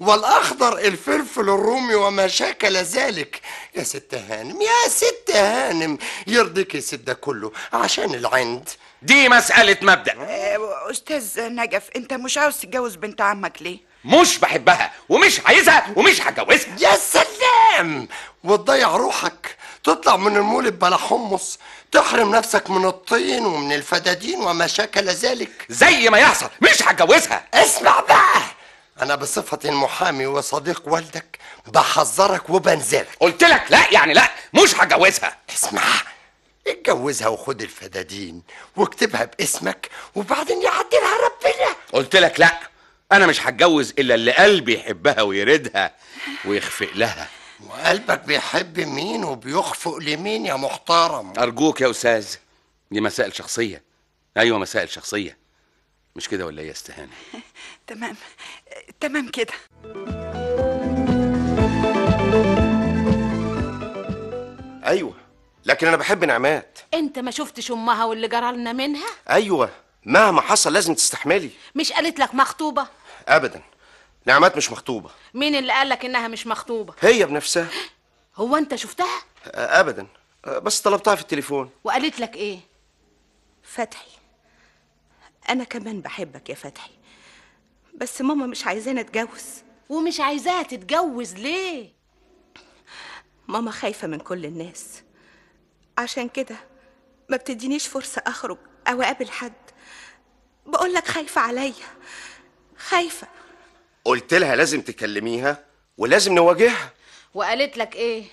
S8: والأخضر الفلفل الرومي وما شاكل ذلك يا ست هانم يا ست هانم يرضيك يا ست ده كله عشان العند إيه؟
S4: دي مساله مبدا
S11: آه، استاذ نجف انت مش عاوز تتجوز بنت عمك ليه
S4: مش بحبها ومش عايزها ومش هتجوزها
S8: يا سلام وتضيع روحك تطلع من المولد بلا حمص تحرم نفسك من الطين ومن الفدادين وما شاكل ذلك
S4: زي ما يحصل مش هتجوزها
S8: اسمع بقى أنا بصفتي المحامي وصديق والدك بحذرك وبنذرك
S4: قلت لك لا يعني لا مش هتجوزها
S8: اسمع اتجوزها وخد الفدادين واكتبها باسمك وبعدين يعدلها ربنا
S4: قلت لك لا انا مش هتجوز الا اللي قلبي يحبها ويردها ويخفق لها
S8: وقلبك بيحب مين وبيخفق لمين يا محترم
S4: ارجوك يا استاذ دي مسائل شخصيه ايوه مسائل شخصيه مش كده ولا ايه يا استهانه
S11: تمام آه، تمام كده
S6: ايوه لكن انا بحب نعمات
S12: انت ما شفتش امها واللي جرالنا منها
S6: ايوه مهما حصل لازم تستحملي
S12: مش قالت لك مخطوبه
S6: ابدا نعمات مش مخطوبه
S12: مين اللي قال لك انها مش مخطوبه
S6: هي بنفسها
S12: هو انت شفتها
S6: آه، ابدا آه، بس طلبتها في التليفون
S12: وقالت لك ايه
S13: فتحي أنا كمان بحبك يا فتحي بس ماما مش عايزانا أتجوز
S12: ومش عايزاها تتجوز ليه
S13: ماما خايفة من كل الناس عشان كده ما بتدينيش فرصة أخرج أو أقابل حد بقول لك خايفة عليا خايفة
S6: قلت لها لازم تكلميها ولازم نواجهها
S12: وقالت لك ايه
S13: إيه؟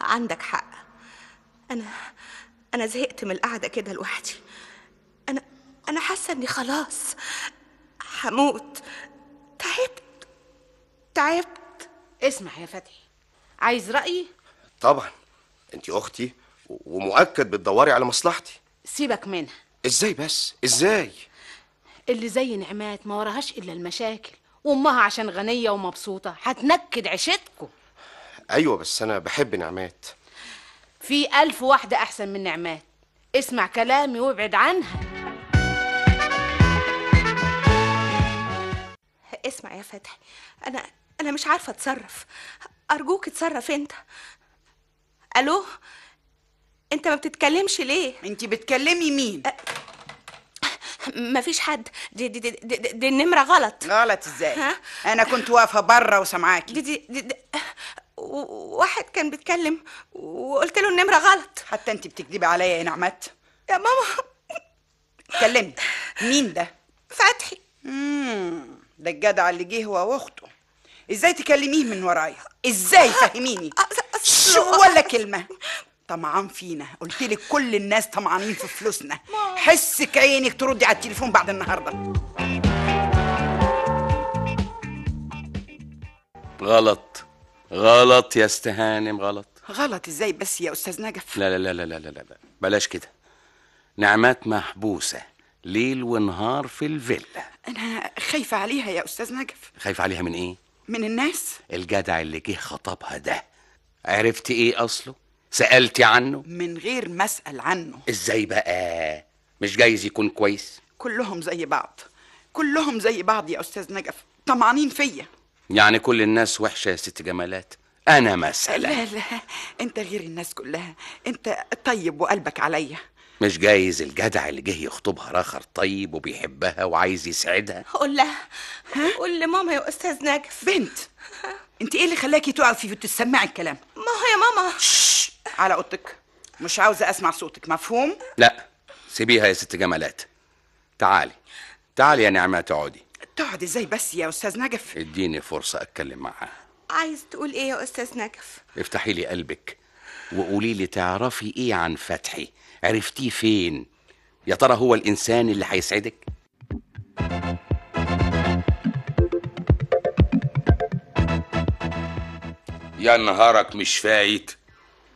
S13: عندك حق أنا أنا زهقت من القعدة كده لوحدي أنا أنا حاسة إني خلاص هموت تعبت تعبت
S12: اسمع يا فتحي عايز رايي
S6: طبعا انت اختي و- ومؤكد بتدوري على مصلحتي
S12: سيبك منها
S6: ازاي بس ازاي
S12: اللي زي نعمات ما وراهاش الا المشاكل وامها عشان غنيه ومبسوطه هتنكد عيشتكم
S6: ايوه بس انا بحب نعمات
S12: في ألف واحدة أحسن من نعمات اسمع كلامي وابعد عنها
S13: اسمع يا فتحي أنا أنا مش عارفة أتصرف أرجوك اتصرف أنت ألو أنت ما بتتكلمش ليه؟
S11: انت بتكلمي مين
S13: مفيش حد دي دي دي, دي, دي, دي النمرة غلط
S11: غلط ازاي
S13: ها؟
S11: انا كنت واقفه بره وسامعاكي
S13: دي دي, دي, دي و- واحد كان بيتكلم وقلت له النمرة غلط
S11: حتى انت بتكذبي عليا يا نعمات
S13: يا ماما
S11: اتكلمي مين ده
S13: فتحي
S11: امم ده الجدع اللي جه هو واخته ازاي تكلميه من ورايا ازاي فهميني شو ولا كلمه طمعان فينا قلت لك كل الناس طمعانين في فلوسنا حس كعينك تردي على التليفون بعد النهارده
S4: غلط غلط يا استهانم غلط
S11: غلط ازاي بس يا استاذ نجف
S4: لا لا لا لا لا لا لا بلاش كده نعمات محبوسة ليل ونهار في الفيلا
S11: انا خايفه عليها يا استاذ نجف
S4: خايف عليها من ايه؟
S11: من الناس
S4: الجدع اللي جه خطبها ده عرفت ايه اصله؟ سألتي عنه؟
S11: من غير ما اسال عنه
S4: ازاي بقى؟ مش جايز يكون كويس؟
S11: كلهم زي بعض كلهم زي بعض يا استاذ نجف طمعانين فيا
S4: يعني كل الناس وحشة يا ست جمالات أنا مثلا
S11: لا لا انت غير الناس كلها انت طيب وقلبك عليا
S4: مش جايز الجدع اللي جه يخطبها راخر طيب وبيحبها وعايز يسعدها
S13: قول لها قول لماما يا استاذ نجف
S11: بنت انت ايه اللي خلاكي تقفي وتسمعي الكلام
S13: ما هو يا ماما
S11: على اوضتك مش عاوزه اسمع صوتك مفهوم
S4: لا سيبيها يا ست جمالات تعالي تعالي يا نعمة تقعدي
S11: تقعد ازاي بس يا استاذ نجف
S4: اديني فرصة أتكلم معاها
S13: عايز تقول ايه يا استاذ نجف
S4: افتحي لي قلبك وقولي لي تعرفي ايه عن فتحي عرفتيه فين يا ترى هو الانسان اللي هيسعدك
S3: يا نهارك مش فايت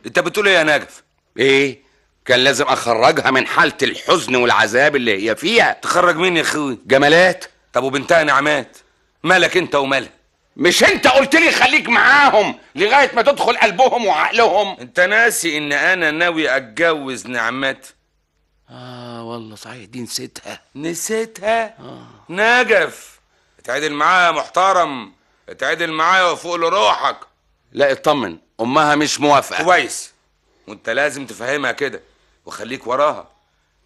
S3: انت بتقول ايه يا نجف ايه
S4: إيه؟ كان لازم اخرجها من حالة الحزن والعذاب اللي هي فيها
S3: تخرج مين يا اخوي
S4: جمالات
S3: طب وبنتها نعمات مالك انت ومالها
S4: مش انت قلت لي خليك معاهم لغاية ما تدخل قلبهم وعقلهم
S3: انت ناسي ان انا ناوي اتجوز نعمات
S4: اه والله صحيح دي نسيتها
S3: نسيتها آه. نجف اتعدل معايا يا محترم اتعدل معايا وفوق لروحك
S4: لا اطمن امها مش موافقه
S3: كويس وانت لازم تفهمها كده وخليك وراها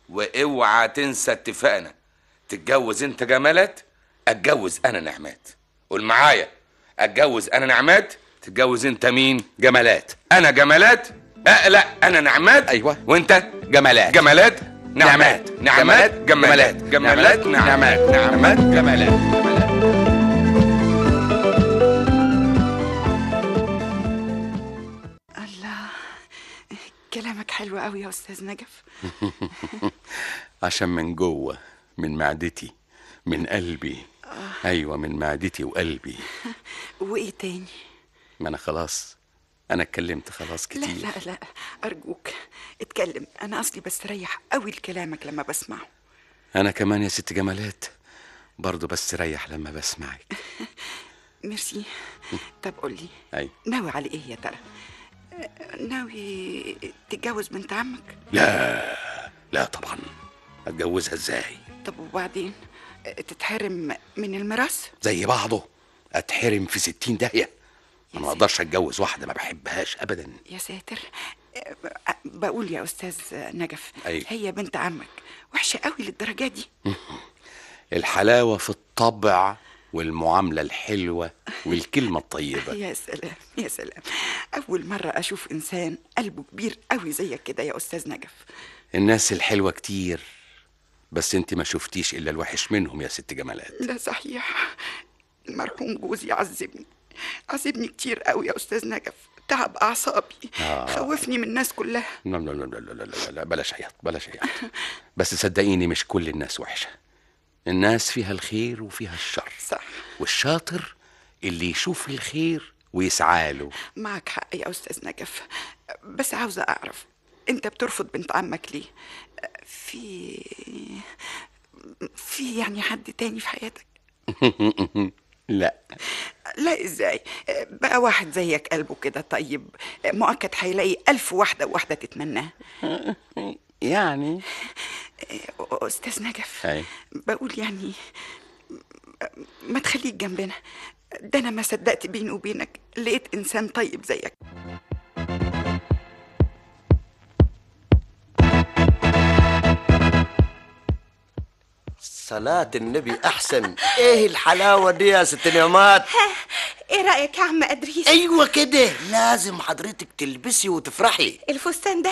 S3: واوعى تنسى اتفاقنا تتجوز انت جمالات اتجوز انا نعمات قول معايا اتجوز انا نعمات تتجوز انت مين
S4: جمالات
S3: انا جمالات اقلق انا نعمات
S4: ايوه
S3: وانت
S4: جمالات
S3: جمالات نعمات نعمات جمالات جمالات نعمات نعمات جمالات
S11: الله كلامك حلو قوي يا استاذ نجف
S4: عشان من جوه من معدتي من قلبي ايوه من معدتي وقلبي
S11: وايه تاني
S4: ما انا خلاص انا اتكلمت خلاص
S11: لا
S4: كتير
S11: لا لا ارجوك اتكلم انا اصلي بستريح قوي لكلامك لما بسمعه
S4: انا كمان يا ست جمالات برضه بستريح لما بسمعك
S11: ميرسي طب قولي
S4: اي
S11: ناوي على ايه يا ترى ناوي تتجوز بنت عمك
S4: لا لا طبعا اتجوزها ازاي
S11: طب وبعدين تتحرم من الميراث
S4: زي بعضه اتحرم في ستين داهيه انا ما اقدرش اتجوز واحده ما بحبهاش ابدا
S11: يا ساتر بقول يا استاذ نجف
S4: أيوة.
S11: هي بنت عمك وحشه قوي للدرجه دي
S4: الحلاوه في الطبع والمعامله الحلوه والكلمه الطيبه
S11: يا سلام يا سلام اول مره اشوف انسان قلبه كبير قوي زيك كده يا استاذ نجف
S4: الناس الحلوه كتير بس انت ما شفتيش الا الوحش منهم يا ست جمالات
S11: ده صحيح المرحوم جوزي عذبني عذبني كتير قوي يا استاذ نجف تعب اعصابي
S4: آه.
S11: خوفني من الناس كلها
S4: لا لا لا لا لا لا لا لا بلاش عياط بلاش عياط بس صدقيني مش كل الناس وحشة الناس فيها الخير وفيها الشر
S11: صح
S4: والشاطر اللي يشوف الخير ويسعى له
S11: معك حق يا استاذ نجف بس عاوزه اعرف انت بترفض بنت عمك ليه في في يعني حد تاني في حياتك
S4: لا
S11: لا ازاي بقى واحد زيك قلبه كده طيب مؤكد هيلاقي ألف واحدة واحدة تتمناه
S4: يعني
S11: أستاذ نجف
S4: أي.
S11: بقول يعني ما تخليك جنبنا ده أنا ما صدقت بيني وبينك لقيت إنسان طيب زيك
S10: صلاة النبي أحسن إيه الحلاوة دي يا ست نعمات
S13: ايه ايه رايك يا عم ادريس
S10: ايوه كده لازم حضرتك تلبسي وتفرحي
S13: الفستان ده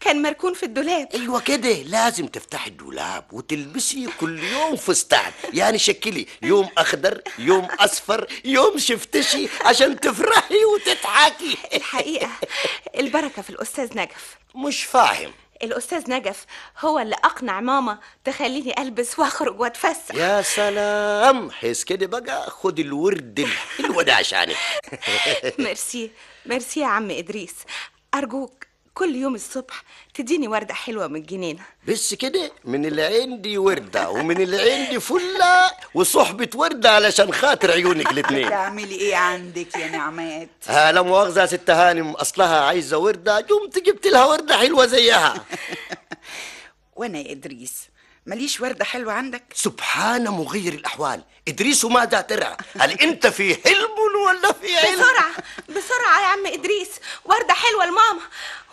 S13: كان مركون في الدولاب
S10: ايوه كده لازم تفتحي الدولاب وتلبسي كل يوم فستان يعني شكلي يوم اخضر يوم اصفر يوم شفتشي عشان تفرحي وتضحكي
S13: الحقيقه البركه في الاستاذ نجف
S10: مش فاهم
S13: الاستاذ نجف هو اللي اقنع ماما تخليني البس واخرج واتفسح
S10: يا سلام حس كده بقى خد الورد ال- الواد عشاني
S13: ميرسي ميرسي يا عم ادريس ارجوك كل يوم الصبح تديني ورده حلوه من الجنينه
S10: بس كده من اللي عندي وردة ومن اللي عندي فلة وصحبة وردة علشان خاطر عيونك الاتنين
S11: تعملي ايه عندك يا نعمات
S10: آه، لا مؤاخذة يا ست هانم أصلها عايزة وردة قمت جبت لها وردة حلوة زيها
S11: وانا يا ادريس ماليش ورده حلوه عندك
S10: سبحان مغير الأحوال إدريس وماذا ترى هل أنت في حلم ولا في علم
S13: بسرعه بسرعه يا عم ادريس ورده حلوه لماما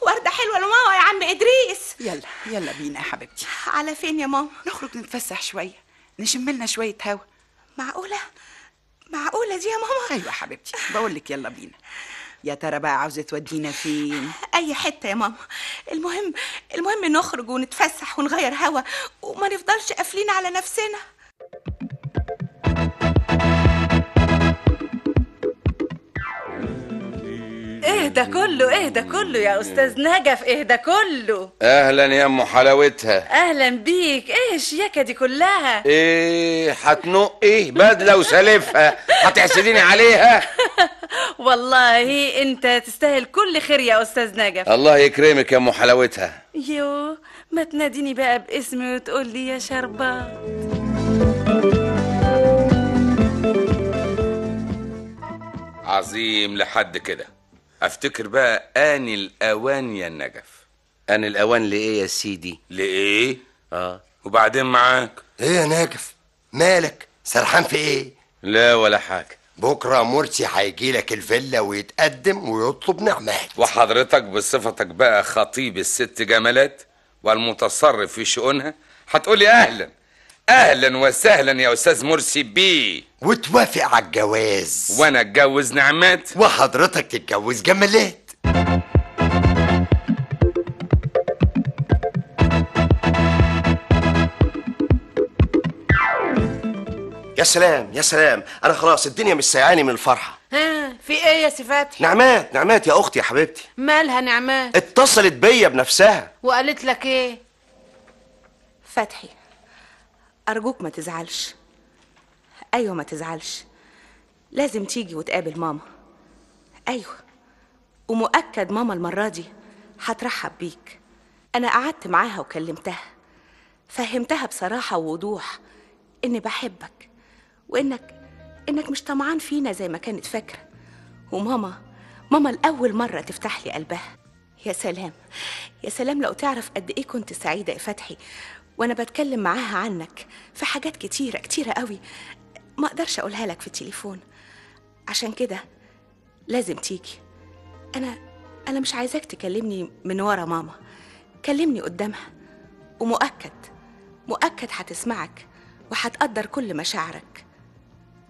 S13: ورده حلوه لماما يا عم ادريس
S11: يلا يلا بينا يا حبيبتي
S13: على فين يا ماما
S11: نخرج نتفسح شويه نشم لنا شويه هوا
S13: معقوله معقوله دي يا ماما
S11: ايوه يا حبيبتي بقول لك يلا بينا يا ترى بقى عاوزه تودينا فين
S13: اي حته يا ماما المهم المهم نخرج ونتفسح ونغير هوا وما نفضلش قافلين على نفسنا
S9: ايه ده كله ايه ده كله يا استاذ نجف ايه ده كله
S4: اهلا يا ام حلاوتها
S9: اهلا بيك ايه الشياكه دي كلها
S4: ايه هتنقي بدله وسالفها هتحسديني عليها
S9: والله انت تستاهل كل خير يا استاذ نجف
S4: الله يكرمك يا ام حلاوتها
S9: يو ما تناديني بقى باسمي وتقول لي يا شربات
S3: عظيم لحد كده افتكر بقى ان الاوان يا النجف
S4: ان الاوان لايه يا سيدي
S3: لايه
S4: اه
S3: وبعدين معاك
S8: ايه يا ناجف مالك سرحان في ايه
S4: لا ولا حاجه
S8: بكره مرسي هيجي لك الفيلا ويتقدم ويطلب نعمات
S3: وحضرتك بصفتك بقى خطيب الست جمالات والمتصرف في شؤونها هتقولي اهلا اهلا وسهلا يا استاذ مرسي بيه
S8: وتوافق على الجواز
S3: وانا اتجوز نعمات
S8: وحضرتك تتجوز جمالات
S10: يا سلام يا سلام أنا خلاص الدنيا مش سايعاني من الفرحة
S12: ها في ايه يا سي فتحي
S10: نعمات نعمات يا أختي يا حبيبتي
S12: مالها نعمات
S10: اتصلت بيا بنفسها
S12: وقالت لك ايه
S13: فتحي أرجوك ما تزعلش أيوة ما تزعلش لازم تيجي وتقابل ماما أيوة ومؤكد ماما المرة دي هترحب بيك أنا قعدت معاها وكلمتها فهمتها بصراحة ووضوح إني بحبك وإنك إنك مش طمعان فينا زي ما كانت فاكرة وماما ماما لأول مرة تفتح لي قلبها يا سلام يا سلام لو تعرف قد إيه كنت سعيدة يا فتحي وانا بتكلم معاها عنك في حاجات كتيره كتيره قوي ما اقدرش اقولها لك في التليفون عشان كده لازم تيجي انا انا مش عايزاك تكلمني من ورا ماما كلمني قدامها ومؤكد مؤكد هتسمعك وهتقدر كل مشاعرك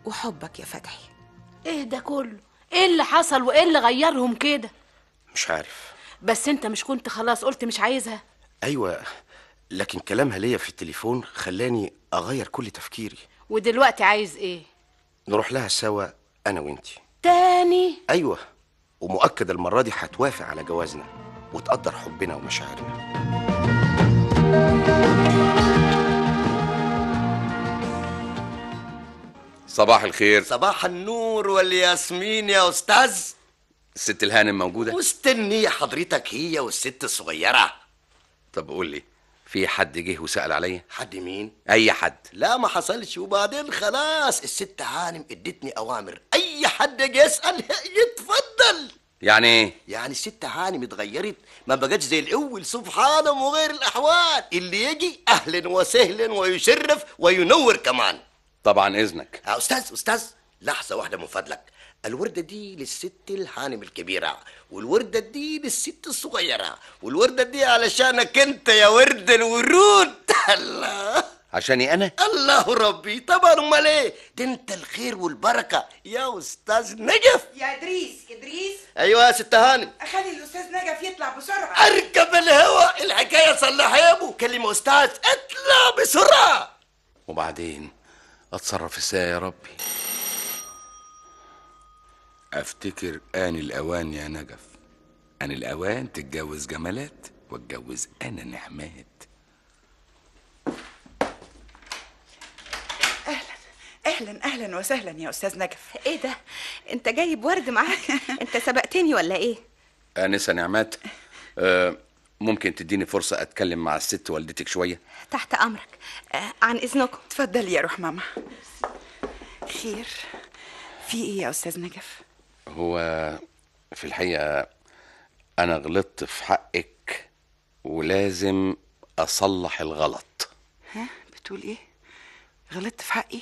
S13: وحبك يا فتحي
S12: ايه ده كله ايه اللي حصل وايه اللي غيرهم كده
S10: مش عارف
S12: بس انت مش كنت خلاص قلت مش عايزها
S10: أيوة لكن كلامها ليا في التليفون خلاني أغير كل تفكيري
S12: ودلوقتي عايز ايه
S10: نروح لها سوا أنا وإنتي
S12: تاني
S10: أيوة ومؤكد المرة دي هتوافق على جوازنا وتقدر حبنا ومشاعرنا
S4: صباح الخير
S8: صباح النور والياسمين يا استاذ
S4: الست الهانم موجوده
S8: مستنيه حضرتك هي والست الصغيره
S4: طب قول لي في حد جه وسال عليا
S8: حد مين
S4: اي حد
S8: لا ما حصلش وبعدين خلاص الست هانم ادتني اوامر اي حد جه يسال يتفضل
S4: يعني ايه
S8: يعني الست هانم اتغيرت ما بقتش زي الاول سبحان وغير الاحوال اللي يجي اهلا وسهلا ويشرف وينور كمان
S4: طبعا اذنك
S8: آه، استاذ استاذ لحظه واحده من فضلك الورده دي للست الهانم الكبيره والورده دي للست الصغيره والورده دي علشانك انت يا ورد الورود الله
S4: عشاني انا
S10: الله ربي طبعا امال ايه ده انت الخير والبركه يا استاذ نجف
S11: يا ادريس ادريس
S10: ايوه يا ست هانم
S11: اخلي الاستاذ نجف يطلع بسرعه
S10: اركب الهوا الحكايه صلح يابو كلم استاذ اطلع بسرعه
S4: وبعدين اتصرف ازاي يا ربي
S3: افتكر ان الاوان يا نجف ان الاوان تتجوز جمالات واتجوز انا نعمات
S11: اهلا اهلا وسهلا يا استاذ نجف
S13: ايه ده انت جايب ورد معاك انت سبقتني ولا ايه
S4: انسه نعمات آه، ممكن تديني فرصه اتكلم مع الست والدتك شويه
S13: تحت امرك آه، عن اذنكم
S11: اتفضلي يا روح ماما خير في ايه يا استاذ نجف
S4: هو في الحقيقه انا غلطت في حقك ولازم اصلح الغلط
S11: ها بتقول ايه غلطت في حقي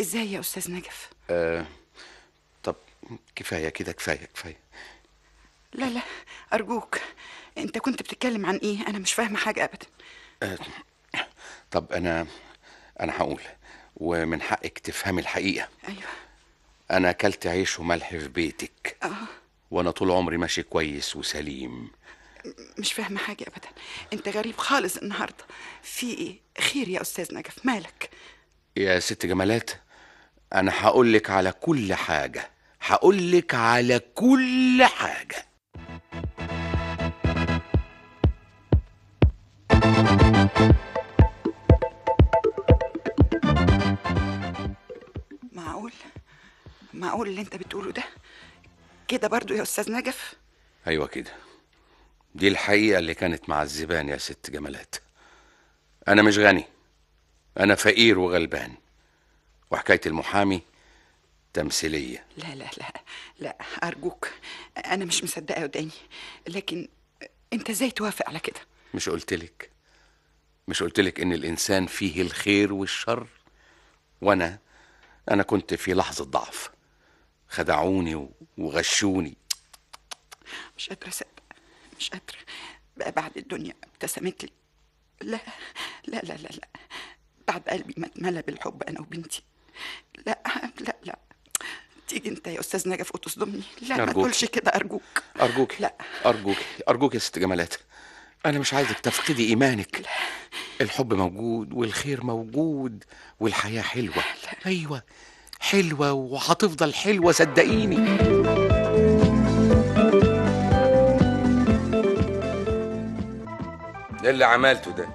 S11: ازاي يا استاذ نجف
S4: آه، طب كفايه كده كفايه كفايه
S11: لا لا ارجوك انت كنت بتتكلم عن ايه انا مش فاهمه حاجه ابدا
S4: آه، طب انا انا هقول ومن حقك تفهمي الحقيقه
S11: ايوه
S4: انا اكلت عيش وملح في بيتك
S11: اه
S4: وانا طول عمري ماشي كويس وسليم
S11: مش فاهمه حاجه ابدا انت غريب خالص النهارده في ايه خير يا استاذ نجف مالك
S4: يا ست جمالات انا هقول لك على كل حاجه هقول لك على كل حاجه
S11: معقول معقول اللي انت بتقوله ده كده برضو يا استاذ نجف
S4: ايوه كده دي الحقيقه اللي كانت معذباني يا ست جمالات انا مش غني انا فقير وغلبان وحكايه المحامي تمثيليه
S11: لا لا لا لا ارجوك انا مش مصدقه وداني لكن انت ازاي توافق على كده
S4: مش قلتلك مش قلتلك ان الانسان فيه الخير والشر وانا انا كنت في لحظه ضعف خدعوني و- وغشوني
S11: مش قادره اصدق مش قادره بقى بعد الدنيا ابتسمت لي لا لا لا لا لا بعد قلبي ما اتملى بالحب انا وبنتي لا لا لا تيجي انت يا استاذ نجف وتصدمني لا ما
S4: أرجوك.
S11: تقولش كده ارجوك
S4: ارجوك لا ارجوك ارجوك يا ست جمالات انا مش عايزك تفقدي ايمانك الحب موجود والخير موجود والحياه حلوه ايوه حلوه وهتفضل حلوه صدقيني
S3: ايه اللي عملته ده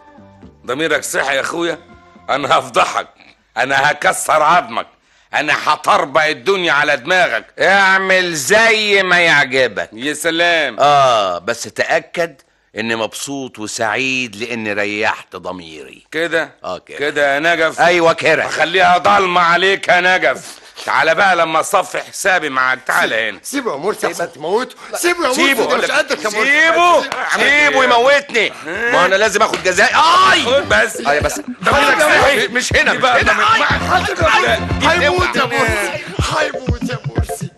S3: ضميرك صحي يا اخويا انا هفضحك انا هكسر عظمك انا هطربع الدنيا على دماغك اعمل زي ما يعجبك آه، يا سلام
S4: اه بس تاكد اني مبسوط وسعيد لاني ريحت ضميري
S3: كده
S4: اه كده
S3: كده يا نجف
S4: ايوه كده
S3: هخليها ضلمه عليك يا نجف تعالى بقى لما اصفي حسابي معك تعالى هنا
S8: سيبه يا مرسي احسن تموت سيبه يا
S3: سيبه.
S8: مرسي ده مش قادر يا مرسي.
S3: سيبه.
S4: سيبه يموتني ما انا لازم اخد جزاء اي
S3: خد بس
S4: اي بس
S3: ضميرك صحي.
S4: مش هنا
S3: دي
S4: مش
S3: بقى
S4: هنا
S3: ضميرك.
S4: آي.
S8: هيموت يا مرسي هيموت يا مرسي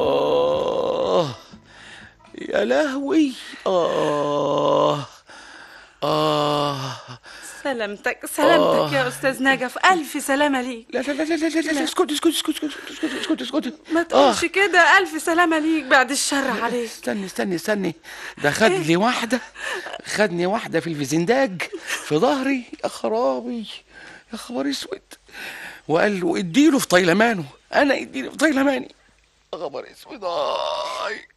S4: آه يا لهوي آه آه
S9: سلامتك سلامتك يا استاذ نجف الف سلامه ليك
S4: لا لا لا لا لا لا اسكت اسكت اسكت اسكت اسكت اسكت اسكت آه.
S9: ما تقولش كده الف سلامه ليك بعد الشر عليك
S4: استني استني استني ده خد لي واحدة خدني واحدة في الفزنداج في ظهري يا خرابي يا خبر اسود وقال له اديله في طيلمانه انا اديله في طيلماني يا خبر اسود آي.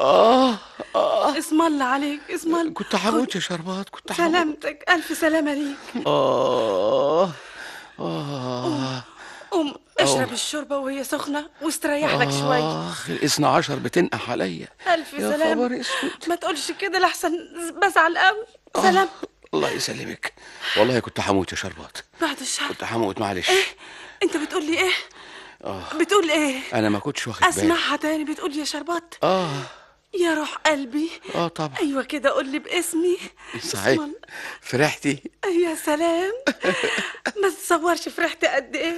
S4: اه اه
S9: اسم الله عليك اسم الله
S4: كنت هموت يا شربات كنت هموت
S9: سلامتك الف سلامه ليك
S4: آه آه
S9: قوم
S4: أوه.
S9: اشرب الشوربه وهي سخنه واستريح لك شويه
S4: آخ الاثنى عشر بتنقح عليا
S9: الف
S4: يا
S9: سلامه
S4: خبر اسود
S9: ما تقولش كده لحسن بزعل قوي
S4: آه.
S9: سلام
S4: الله يسلمك والله كنت هموت يا شربات
S9: بعد الشر
S4: كنت هموت معلش
S9: إيه؟ انت بتقول لي ايه
S4: آه
S9: بتقول ايه
S4: أنا ما كنتش واخد بالي
S9: اسمعها تاني بتقول يا شربات
S4: آه
S9: يا روح قلبي
S4: آه طبعا
S9: ايوه كده قول لي باسمي
S4: صحيح
S9: اسم
S4: فرحتي
S9: يا سلام ما تتصورش فرحت قد ايه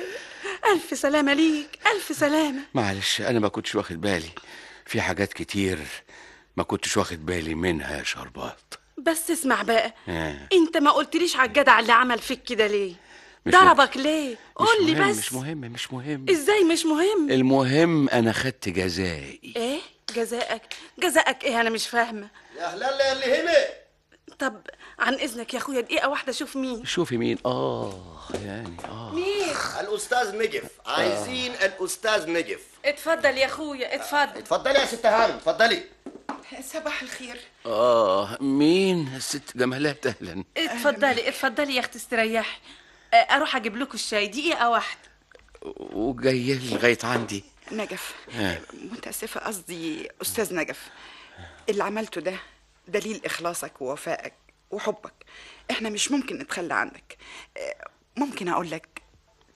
S9: الف سلامه إيه. ليك الف سلامه
S4: معلش أنا ما كنتش واخد بالي في حاجات كتير ما كنتش واخد بالي منها يا شربات
S9: بس اسمع بقى
S4: آه.
S9: انت ما قلتليش على الجدع اللي عمل فيك كده ليه
S4: مش
S9: ضربك ليه قول لي
S4: مهم،
S9: بس
S4: مش مهم مش مهم
S9: ازاي مش مهم
S4: المهم انا خدت جزائي
S9: ايه جزائك جزائك ايه انا مش فاهمه
S10: يا هلال يا اللي هنا
S9: طب عن اذنك يا اخويا دقيقه واحده اشوف مين
S4: شوفي مين اه يعني اه
S9: مين
S10: الاستاذ نجف عايزين الاستاذ نجف
S9: اتفضل يا اخويا اتفضل
S10: اتفضلي يا ست هانم اتفضلي
S11: صباح الخير
S4: اه مين الست جمالات اهلا
S9: اتفضلي اتفضلي يا اختي استريحي اه، اروح اجيب لكم الشاي دقيقه واحده
S4: وجايه لي لغايه عندي
S11: نجف
S4: آه.
S11: متاسفة قصدي أستاذ نجف اللي عملته ده دليل إخلاصك ووفائك وحبك إحنا مش ممكن نتخلى عنك آه، ممكن أقول لك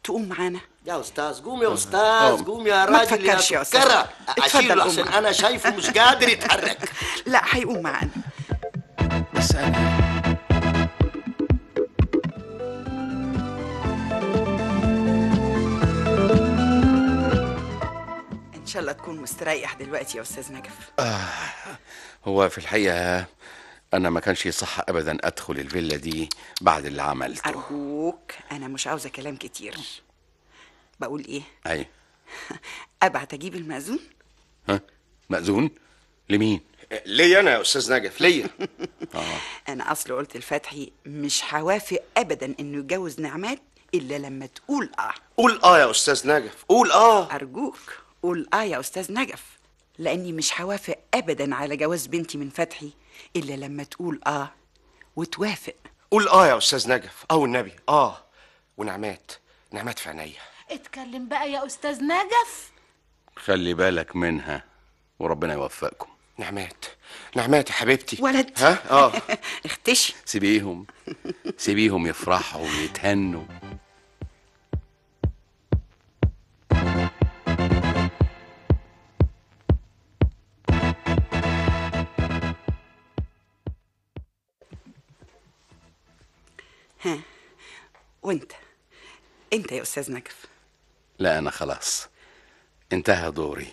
S11: تقوم معانا
S10: يا استاذ قوم يا استاذ قوم يا
S11: ما
S10: راجل يا
S11: تفكرش يا أستاذ
S10: سكرة
S11: اتفضل
S10: اشيله
S11: قوم
S10: عشان
S11: معانا.
S10: انا شايفه مش قادر يتحرك
S11: لا هيقوم معانا
S4: بس انا
S11: إن شاء الله تكون مستريح دلوقتي يا أستاذ نجف
S4: آه، هو في الحقيقه انا ما كانش يصح ابدا ادخل الفيلا دي بعد اللي عملته
S11: أرجوك أنا مش عاوزة كلام كتير بقول إيه
S4: اي
S11: أبعت أجيب المأذون
S4: ها مأذون لمين
S10: ليا انا يا استاذ نجف ليا
S4: اه
S11: أنا أصل قلت لفتحي مش هوافق أبدا إنه يتجوز نعمات إلا لما تقول آه
S10: قول اه يا استاذ نجف قول اه
S11: أرجوك قول آه يا أستاذ نجف لأني مش هوافق أبدا على جواز بنتي من فتحي إلا لما تقول آه وتوافق
S10: قول اه يا استاذ نجف اه والنبي اه ونعمات نعمات في عينيا
S12: اتكلم بقى يا أستاذ نجف
S4: خلي بالك منها وربنا يوفقكم
S10: نعمات نعمات يا حبيبتي
S11: ولد
S10: ها اه
S11: اختشي
S4: آه. سيبيهم سيبيهم يفرحوا ويتهنوا
S11: ها وأنت أنت يا أستاذ نجف
S4: لا انا خلاص انتهى دوري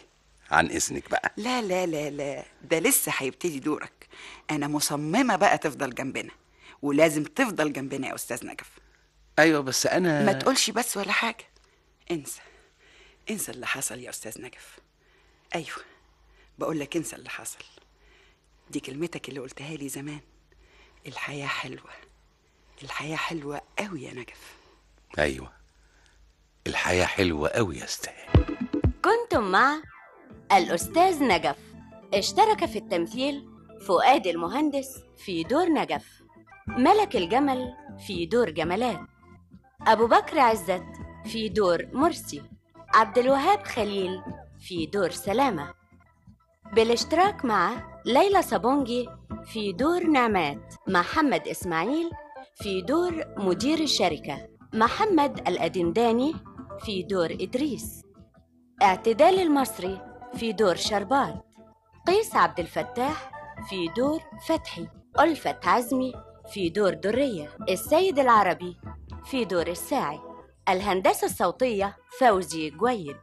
S4: عن اذنك بقى
S11: لا لا لا لا ده لسه هيبتدي دورك أنا مصممة بقى تفضل جنبنا ولازم تفضل جنبنا يا أستاذ نجف
S4: ايوه بس انا
S11: ما تقولش بس ولا حاجة انسى انسى اللي حصل يا أستاذ نجف أيوة بقول لك انسى اللي حصل دي كلمتك اللي قلتها لي زمان الحياة حلوة الحياة حلوة قوي يا نجف
S4: ايوه الحياه حلوه قوي يا استاذ
S14: كنتم مع الأستاذ نجف اشترك في التمثيل فؤاد المهندس في دور نجف ملك الجمل في دور جمالات أبو بكر عزت في دور مرسي عبد الوهاب خليل في دور سلامة بالاشتراك مع ليلى صابونجي في دور نعمات محمد إسماعيل في دور مدير الشركة محمد الأدنداني في دور إدريس اعتدال المصري في دور شربات قيس عبد الفتاح في دور فتحي ألفة عزمي في دور درية السيد العربي في دور الساعي الهندسة الصوتية فوزي جويد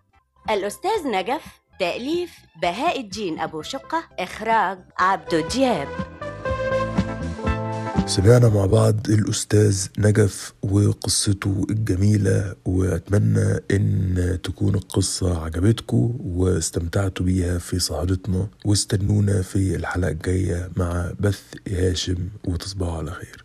S14: الأستاذ نجف تأليف بهاء الدين أبو شقة إخراج عبدو دياب
S1: سمعنا مع بعض الأستاذ نجف وقصته الجميلة وأتمنى إن تكون القصة عجبتكم واستمتعتوا بيها في صعيدتنا واستنونا في الحلقة الجاية مع بث هاشم وتصبحوا على خير